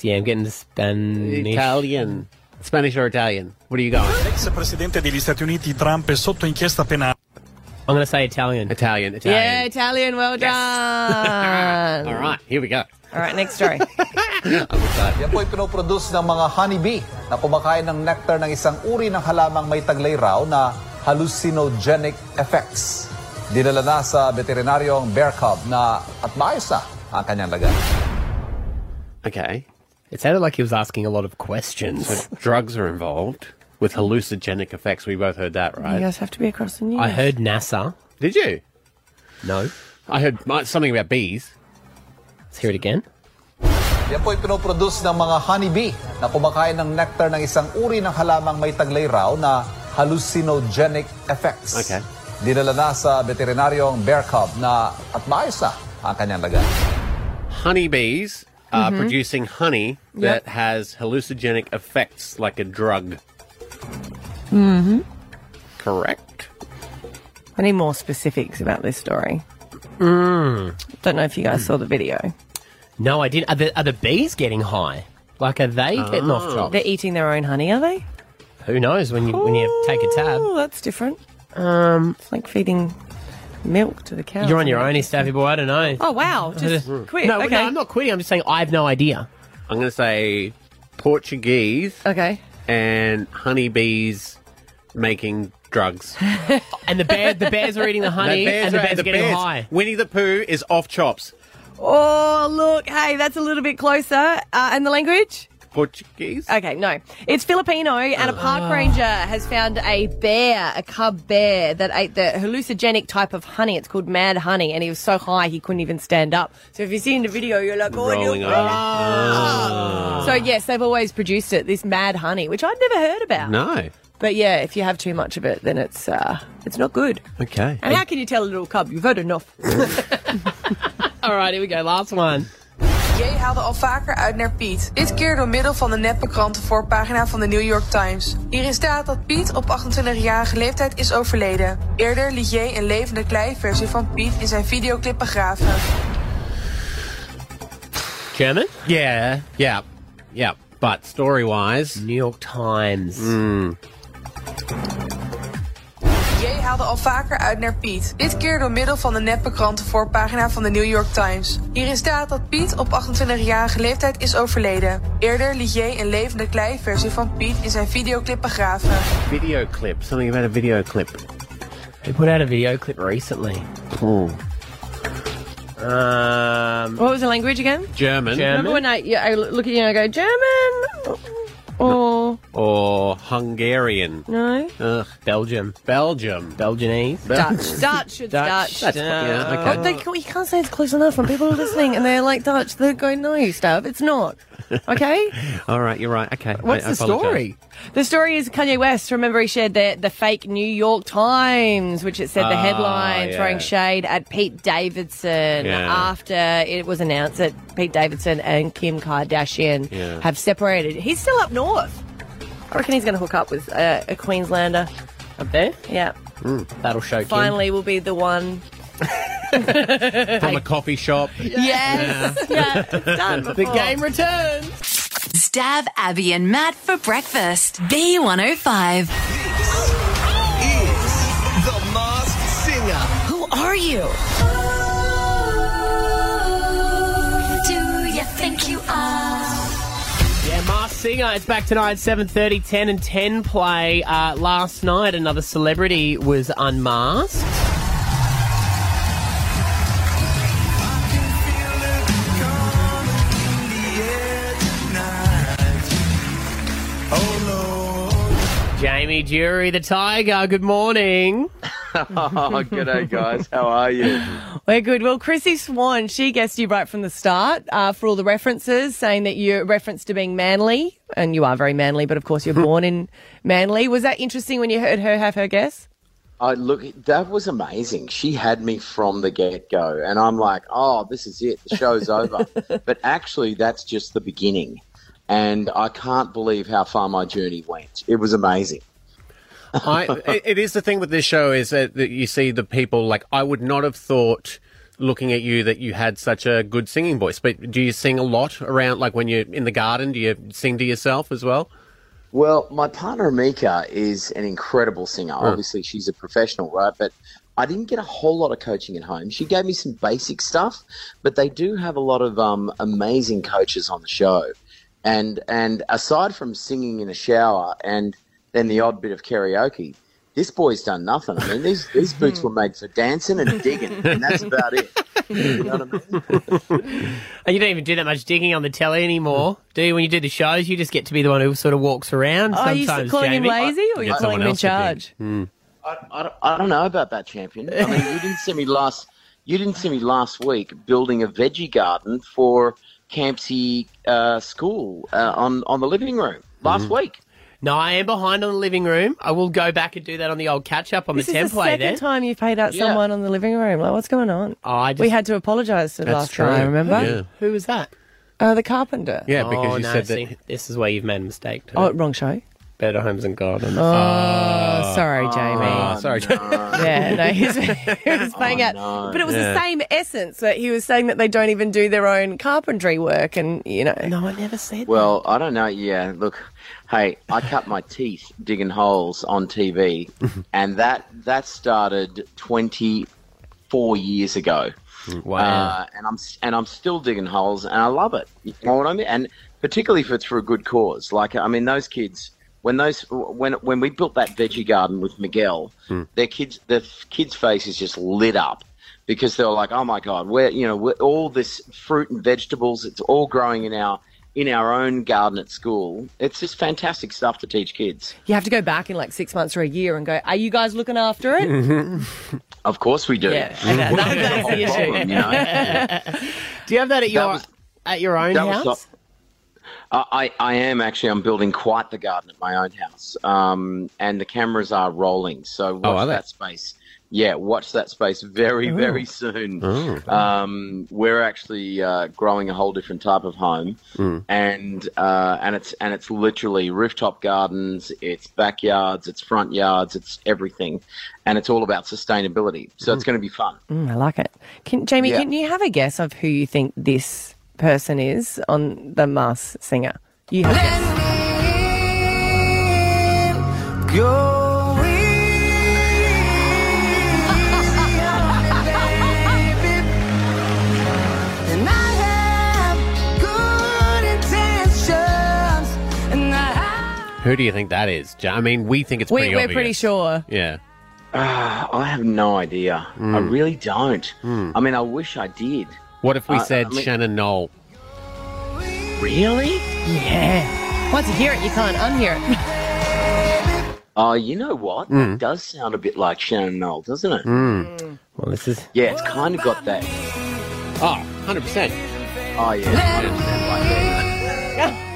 S2: Yeah, I'm getting to Spanish.
S8: Italian. Spanish or Italian? What are you going?
S20: L'ex presidente degli Stati Uniti Trump è sotto inchiesta penale.
S2: I'm going to say Italian.
S8: Italian.
S3: Oh. Yeah, Italian. Well done.
S8: All right, here we go.
S3: All right, next story.
S15: Yan po ay pinoproduce ng mga honeybee na kumakain ng nectar ng isang uri ng halamang may taglay raw na hallucinogenic effects. Dinala na sa veterinaryong bear cub na at maayos na ang kanyang lagay.
S8: Okay.
S2: It sounded like he was asking a lot of questions.
S8: So drugs are involved with hallucinogenic effects. We both heard that, right?
S3: You guys have to be across the news.
S8: I heard
S2: NASA.
S8: Did you?
S2: No.
S8: I heard mi- something about bees.
S2: Let's hear it again.
S15: Yan po ay pinoproduce ng mga honeybee na kumakain ng nectar ng isang uri ng halamang may taglay raw na hallucinogenic effects.
S8: Okay.
S15: Dinala na sa veterinaryong bear cub na at maayos na ang kanyang lagay.
S8: Honeybees are
S3: Mm-hmm.
S15: Mhm.
S8: producing honey that has hallucinogenic effects like a drug.
S3: Mm-hmm.
S8: Correct.
S3: I need more specifics about this story. Don't know if you guys saw the video.
S2: No, I didn't. Are the, are the bees getting high? Like, are they getting off top?
S3: They're eating their own honey, are they?
S2: Who knows when you when you take a tab?
S3: Oh, that's different. Um, it's like feeding milk to the cow.
S2: You're on your own, here, Staffy boy. I don't know.
S3: Oh wow! Just
S2: Mm.
S3: quit.
S2: No,
S3: okay.
S2: no, I'm not quitting. I'm just saying I have no idea.
S8: I'm going to say Portuguese
S3: Okay.
S8: and honeybees making drugs.
S2: And the bear, the bears are eating the honey,
S8: bears
S2: and the
S8: are-
S2: bears are getting
S8: bears.
S2: high.
S8: Winnie the Pooh is off chops.
S3: Oh look! Hey, that's a little bit closer. Uh, and the language?
S8: Portuguese.
S3: Okay, no. It's Filipino, and a park ranger has found a bear, a cub bear, that ate the hallucinogenic type of honey. It's called mad honey, and he was so high he couldn't even stand up. So if you see in the video, you're like, oh,
S8: Rolling
S3: you
S8: over.
S3: Ah.
S8: Ah.
S3: So yes, they've always produced it, this mad honey, which I'd never heard about.
S8: No.
S3: But yeah, if you have too much of it, then it's uh, it's not good.
S8: Okay.
S3: And how can you tell a little cub you've had enough?
S2: All right, here we go. Last one.
S21: Jay haalde al vaker uit naar Piet. Dit keer door middel van de neppe krantenvoorpagina van de New York Times. Hierin staat dat Piet op 28-jarige leeftijd is overleden. Eerder liet Jay een levende kleiversie van Piet in zijn videoclip begraven.
S2: German?
S8: Yeah, yeah, yeah. But Hmm. story wise,
S2: New York Times.
S21: Jay haalde al vaker uit naar Piet. Dit keer door middel van de neppe krantenvoorpagina van de New York Times. Hierin staat dat Piet op 28-jarige leeftijd is overleden. Eerder liet Jay een levende kleiversie van Piet in zijn videoclip begraven.
S8: Video clip. Something about a video clip.
S2: They put out a video clip recently.
S8: Hmm. Um,
S3: what was the language again?
S8: German.
S3: Remember when I, yeah, I look at you and I go German or
S8: Or Hungarian.
S3: no
S8: Ugh.
S2: Belgium.
S8: Belgium.
S2: Belgianese.
S3: Dutch? Dutch, it's Dutch.
S8: That's, yeah,
S3: Oh,
S8: okay.
S3: they, you can't say it's close enough when people are listening and they're like Dutch. They're going, no, Stav, it's not. Okay?
S8: All right, you're right. Okay.
S3: What's
S8: I- I
S3: the
S8: apologize.
S3: story? The story is Kanye West. Remember, he shared the, the fake New York Times, which it said the
S8: Ah,
S3: headline
S8: yeah.
S3: throwing shade at Pete Davidson
S8: Yeah.
S3: after it was announced that Pete Davidson and Kim Kardashian
S8: Yeah.
S3: have separated. He's still up north. I reckon he's going to hook up with uh, a Queenslander.
S2: Up there?
S3: Yeah.
S8: Hmm.
S2: That'll show Kim.
S3: Finally, will be the one.
S8: From a coffee shop.
S3: Yes. Yeah.
S8: Done
S2: The game returns.
S12: Stab Abby and Matt for breakfast. B105.
S19: Is the Masked Singer.
S12: Who are you?
S19: Do you think you are?
S2: Yeah, Masked Singer. It's back tonight, 7.30, 10 and 10 play. Uh, last night, another celebrity was unmasked. Jamie Jury, the Tiger. Good morning.
S22: oh, g'day, guys. How are you?
S3: We're good. Well, Chrissy Swan, she guessed you right from the start uh, for all the references, saying that you're referenced to being manly, and you are very manly, but of course you're born in manly. Was that interesting when you heard her have her guess?
S22: I look, that was amazing. She had me from the get go, and I'm like, oh, this is it. The show's over. But actually, that's just the beginning. And I can't believe how far my journey went. It was amazing.
S8: I, it- it is the thing with this show is that, that you see the people like I would not have thought looking at you that you had such a good singing voice. But do you sing a lot around like when you're in the garden? Do you sing to yourself as well?
S22: Well, my partner Amika is an incredible singer.
S8: Hmm.
S22: Obviously, she's a professional, right? But I didn't get a whole lot of coaching at home. She gave me some basic stuff, but they do have a lot of um, amazing coaches on the show. And and aside from singing in a shower and then the odd bit of karaoke, this boy's done nothing. I mean, these these boots were made for dancing and digging, and that's about it.
S2: And you don't even do that much digging on the telly anymore,
S3: Mm.
S2: do you? When you do the shows, you just get to be the one who sort of walks around.
S3: Are Oh, you
S2: sometimes,
S3: calling him
S2: Jamie.
S3: lazy, or are you Get calling someone him in else to dig.
S8: Mm.
S3: charge?
S2: Hmm.
S22: I, I, I don't know about that champion. I mean, you didn't see me last. You didn't see me last week building a veggie garden for Campsie uh, School uh, on on the living room
S2: Mm-hmm.
S22: last week.
S2: No, I am behind on the living room. I will go back and do that on the old catch up on
S3: This
S2: the
S3: is the
S2: template
S3: second
S2: there.
S3: time you've paid out
S2: Yeah.
S3: someone on the living room. Like, what's going on?
S2: Oh, I just,
S3: we had to apologise to the
S2: That's
S3: last
S2: true.
S3: guy. Remember?
S2: Yeah. Who was that?
S3: Uh, the carpenter.
S2: Oh, no, see, this is where you've made a mistake. too.
S3: Oh, wrong show.
S8: Better Homes and Gardens.
S3: Oh, sorry, Jamie.
S8: Ah, sorry, Jamie.
S3: Yeah, no, he's, he was playing
S2: Oh,
S3: out.
S8: no.
S3: But it was
S8: Yeah.
S3: the same essence that he was saying that they don't even do their own carpentry work, and you know. No,
S2: I never said.
S22: Well, I don't know. Yeah, look, hey, I cut my teeth digging holes on TV, and that that started twenty four years ago.
S8: Wow.
S22: Uh, and I'm s- and I'm still digging holes, and I love it. You know what I mean? And particularly if it's for a good cause. Like I mean, those kids when those when when we built that veggie garden with Miguel, their kids their kids' faces just lit up because they were like, "Oh my god, we're you know we're, all this fruit and vegetables, it's all growing in our in our own garden at school. It's just fantastic stuff to teach kids."
S3: You have to go back in like six months or a year and go, "Are you guys looking after it?"
S22: Of course, we do.
S3: Yeah, and that- that's the
S22: No
S3: issue.
S22: problem, you know?
S2: Do you have that at your
S22: was-
S2: at your own
S22: That was
S2: house?
S22: not- I, I I am actually. I'm building quite the garden at my own house, um, and the cameras are rolling. So watch
S8: Oh, are they?
S22: that space. Yeah, watch that space very
S8: Ooh.
S22: very soon.
S8: Ooh.
S22: Um, we're actually uh, growing a whole different type of home, and uh, and it's and it's literally rooftop gardens, it's backyards, it's front yards, it's everything, and it's all about sustainability. So it's going to be fun.
S3: Mm, I like it. Can, Jamie,
S22: Yeah.
S3: can you have a guess of who you think this person is on the Mass Singer? You have a guess.
S8: Who do you think that is? Ja- I mean, we think it's
S3: We,
S8: pretty
S3: we're
S8: obvious.
S3: pretty sure.
S8: Yeah.
S22: Ah, I have no idea. I
S8: Mm.
S22: really don't. I mean, I wish I did.
S8: What if we
S22: Uh,
S8: said
S22: I mean-
S8: Shannon Knoll?
S22: Really?
S3: Yeah. Once you hear it, you can't unhear it.
S22: Oh, you know what? That does sound a bit like Shannon Knoll, doesn't it?
S3: Mm.
S8: Well, this is.
S22: Yeah, it's kind of got that.
S8: Oh, 100%.
S22: Oh, yeah.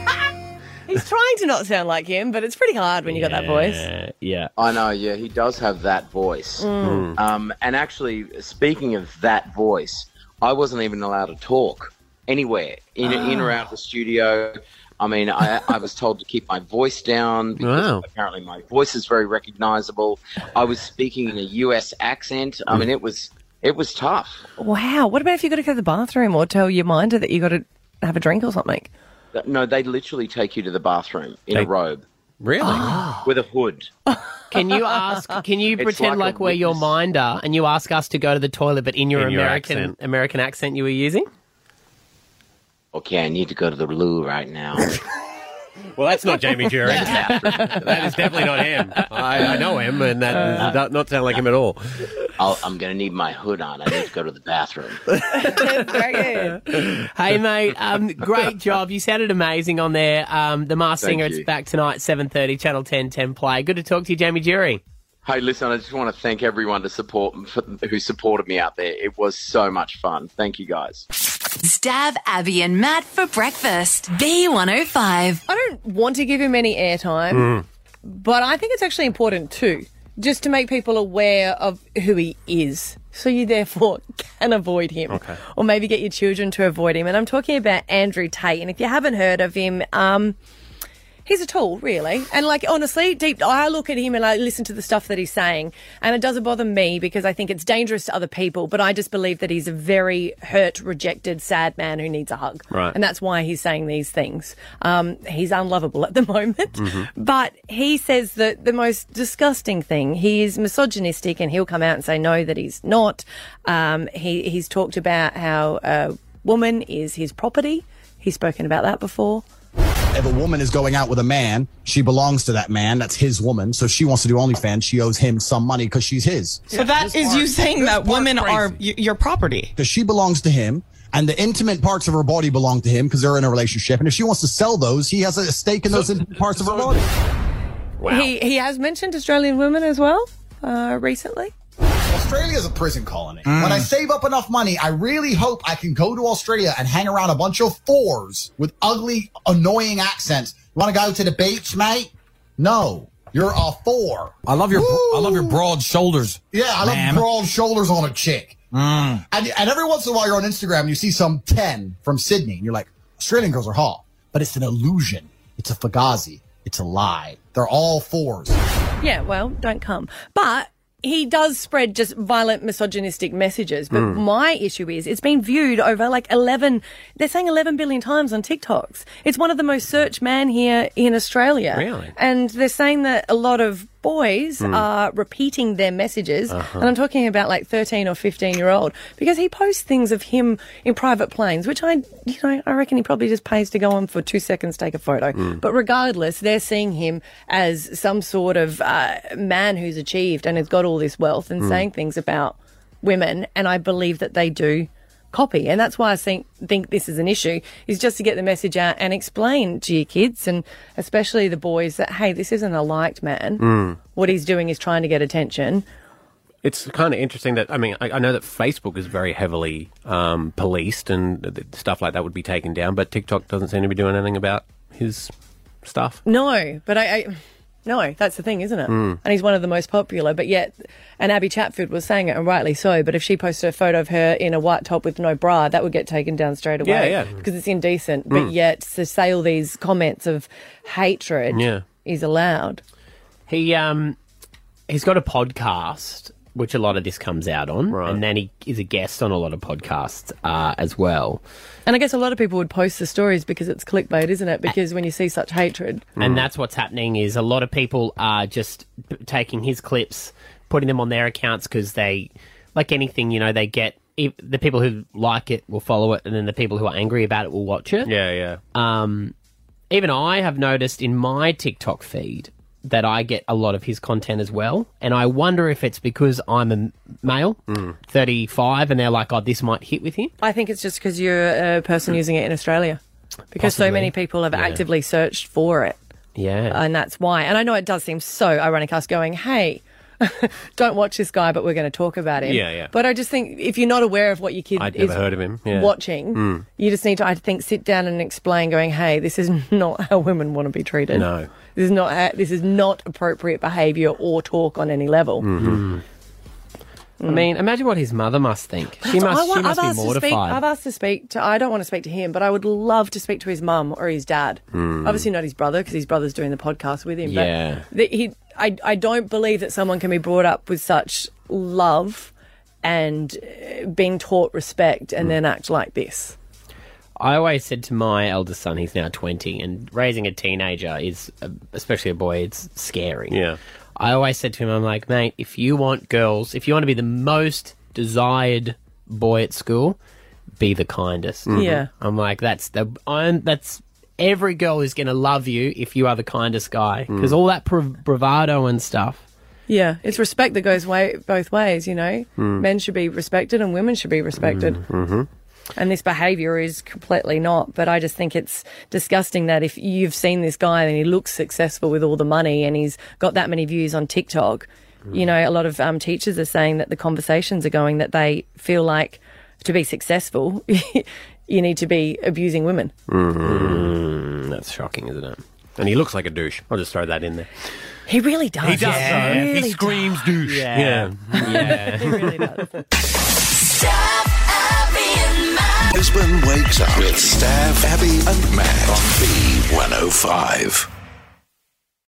S3: He's trying to not sound like him, but it's pretty hard when you got that voice.
S8: Yeah. Hmm.
S22: I know, yeah, he does have that voice.
S3: Mm.
S22: Um, and actually, speaking of that voice, I wasn't even allowed to talk anywhere in, in or out of the studio. I mean, I, I was told to keep my voice down because
S8: Wow.
S22: apparently my voice is very recognizable. I was speaking in a US accent. I mean, it was it was tough.
S3: Wow. What about if you got to go to the bathroom or tell your minder that you got to have a drink or something?
S22: Th- No, they literally take you to the bathroom in a
S8: They-
S22: robe.
S8: Really?
S22: With a hood.
S2: Can you ask? Can you
S22: It's
S2: pretend
S22: like a
S2: like, we're your minder, and you ask us to go to the toilet, but in your
S22: In your
S2: American
S22: accent.
S2: American accent you were using?
S22: Okay, I need to go to the loo right now.
S8: Well, that's not Jamie Dury. that is definitely not him. I, I know him, and that
S22: Uh,
S8: does not- not sound like him at all.
S22: I'll, I'm going to need my hood on. I need to go to the bathroom.
S2: hey mate, um, great job! You sounded amazing on there. Um, the Masked
S22: Thank
S2: Singer.
S22: you.
S2: It's back tonight, seven thirty, Channel 10, 10 Play. Good to talk to you, Jamie Jury.
S22: Hey, listen, I just want to thank everyone to support for, who supported me out there. It was so much fun. Thank you guys.
S12: Stab Abby and Matt for breakfast. B105.
S3: I don't want to give him any airtime, but I think it's actually important too, just to make people aware of who he is. So you therefore can avoid him. Okay. Or maybe get your children to avoid him. And I'm talking about Andrew Tate. And if you haven't heard of him, um, he's a tool, really. And like honestly, deep I look at him and I listen to the stuff that he's saying, and it doesn't bother me because I think it's dangerous to other people. But I just believe that he's a very hurt, rejected, sad man who needs a hug,
S19: Right.
S3: And that's why he's saying these things. Um, he's unlovable at the moment,
S19: Mhm.
S3: but he says that the most disgusting thing. He is misogynistic, and he'll come out and say no that he's not. Um, he he's talked about how a woman is his property. He's spoken about that before.
S23: If a woman is going out with a man, she belongs to that man. That's his woman. So if she wants to do OnlyFans, she owes him some money because she's his.
S24: So that is you saying that women are y- your property.
S23: Because she belongs to him, and the intimate parts of her body belong to him because they're in a relationship. And if she wants to sell those, he has a stake in those intimate parts of her body.
S3: He he has mentioned Australian women as well uh, recently.
S23: Australia is a prison colony.
S25: Mm.
S23: When I save up enough money, I really hope I can go to Australia and hang around a bunch of fours with ugly, annoying accents. You want to go to the beach, mate? No, you're a four.
S25: I love your I love your broad shoulders.
S23: Yeah, I love
S25: ma'am.
S23: broad shoulders on a chick.
S25: Mm.
S23: And, and every once in a while, you're on Instagram and you see some 10 from Sydney, and you're like, Australian girls are hot. But it's an illusion. It's a fugazi. It's a lie. They're all fours.
S3: Yeah, well, don't come. But he does spread just violent misogynistic messages. But
S23: Mm.
S19: Hmm.
S3: my issue is it's been viewed over like 11, they're saying 11 billion times on TikToks. It's one of the most searched man here in Australia.
S19: Really?
S3: And they're saying that a lot of boys
S19: Mm.
S3: are repeating their messages.
S19: Uh-huh.
S3: And I'm talking about like 13 or 15 year old because he posts things of him in private planes, which I, you know, I reckon he probably just pays to go on for two seconds, take a photo.
S19: Mm.
S3: But regardless, they're seeing him as some sort of uh, man who's achieved and has got all this wealth and
S19: Mm.
S3: saying things about women. And I believe that they do copy. And that's why I think, think this is an issue, is just to get the message out and explain to your kids and especially the boys that, hey, this isn't a liked man.
S8: Mm.
S3: What he's doing is trying to get attention.
S8: It's kind of interesting that I mean I, I know that Facebook is very heavily um, policed and th- stuff like that would be taken down, but TikTok doesn't seem to be doing anything about his stuff.
S3: No, but I, I no, that's the thing, isn't it?
S2: Hmm.
S8: Mm.
S3: And he's one of the most popular. But yet, and Abby Chatfield was saying it, and rightly so. But if she posted a photo of her in a white top with no bra, that would get taken down straight away.
S8: Yeah, yeah.
S3: because it's indecent. But
S2: Hmm.
S8: Mm.
S3: yet, to say all these comments of hatred,
S2: Yeah.
S3: is allowed.
S2: He um he's got a podcast which a lot of this comes out on, and then he is a guest on a lot of podcasts uh, as well.
S3: And I guess a lot of people would post the stories because it's clickbait, isn't it? Because when you see such hatred,
S8: Mm.
S2: And that's what's happening is a lot of people are just p- taking his clips, putting them on their accounts because they, like anything, you know, they get if, the people who like it will follow it, and then the people who are angry about it will watch it.
S8: Yeah, yeah.
S2: Um, even I have noticed in my TikTok feed that I get a lot of his content as well, and I wonder if it's because I'm a m- male,
S8: Mm.
S2: thirty-five, and they're like, "Oh, this might hit with him."
S3: I think it's just because you're a person using it in Australia, because so
S2: Hmm. Possibly.
S3: many people have
S2: Yeah.
S3: actively searched for it.
S2: Yeah.
S3: And that's why. And I know it does seem so ironic us going, hey, don't watch this guy, but we're going to talk about him.
S8: Yeah, yeah.
S3: But I just think if you're not aware of what your kid
S8: I'd
S3: is
S8: never heard of him. Yeah.
S3: watching,
S8: Mm.
S3: you just need to, I think, sit down and explain, going, hey, this is not how women want to be treated.
S8: No.
S3: This is not, how- this is not appropriate behavior or talk on any level.
S8: Hmm.
S2: Mhm. I mean, imagine what his mother must think. She
S3: That's-
S2: must.
S3: I want-
S2: she must
S3: I've
S2: be
S3: asked to speak- I've
S2: mortified.
S3: asked to speak to. I don't want to speak to him, but I would love to speak to his mum or his dad.
S2: Hmm.
S3: Obviously not his brother because his brother's doing the podcast with him.
S2: Yeah.
S3: But the, he, I, I don't believe that someone can be brought up with such love and uh, being taught respect
S2: Hmm.
S3: and then act like this.
S2: I always said to my eldest son, he's now 20, and raising a teenager is, uh, especially a boy, it's scary. Yeah. I always said to him, I'm like, mate, if you want girls, if you want to be the most desired boy at school, be the kindest.
S3: Mhm. Yeah.
S2: I'm like, that's the, I'm, that's, every girl is going to love you if you are the kindest guy. Because all that brav- bravado and stuff,
S3: Yeah, it's respect that goes way both ways. You know,
S2: Hmm.
S3: men should be respected and women should be respected.
S2: Mm-hmm.
S3: And this behavior is completely not. But I just think it's disgusting that if you've seen this guy and he looks successful with all the money and he's got that many views on TikTok, you know, a lot of um, teachers are saying that the conversations are going that they feel like to be successful, you need to be abusing women.
S8: Mm, that's shocking, isn't it? And he looks like a douche. I'll just throw that in there.
S3: He really does.
S8: He does,
S3: Yeah.
S8: though.
S3: He really
S8: screams douche. Yeah.
S3: He really does.
S1: oh
S4: Brisbane wakes up with Stav, Abby, and Matt on B105.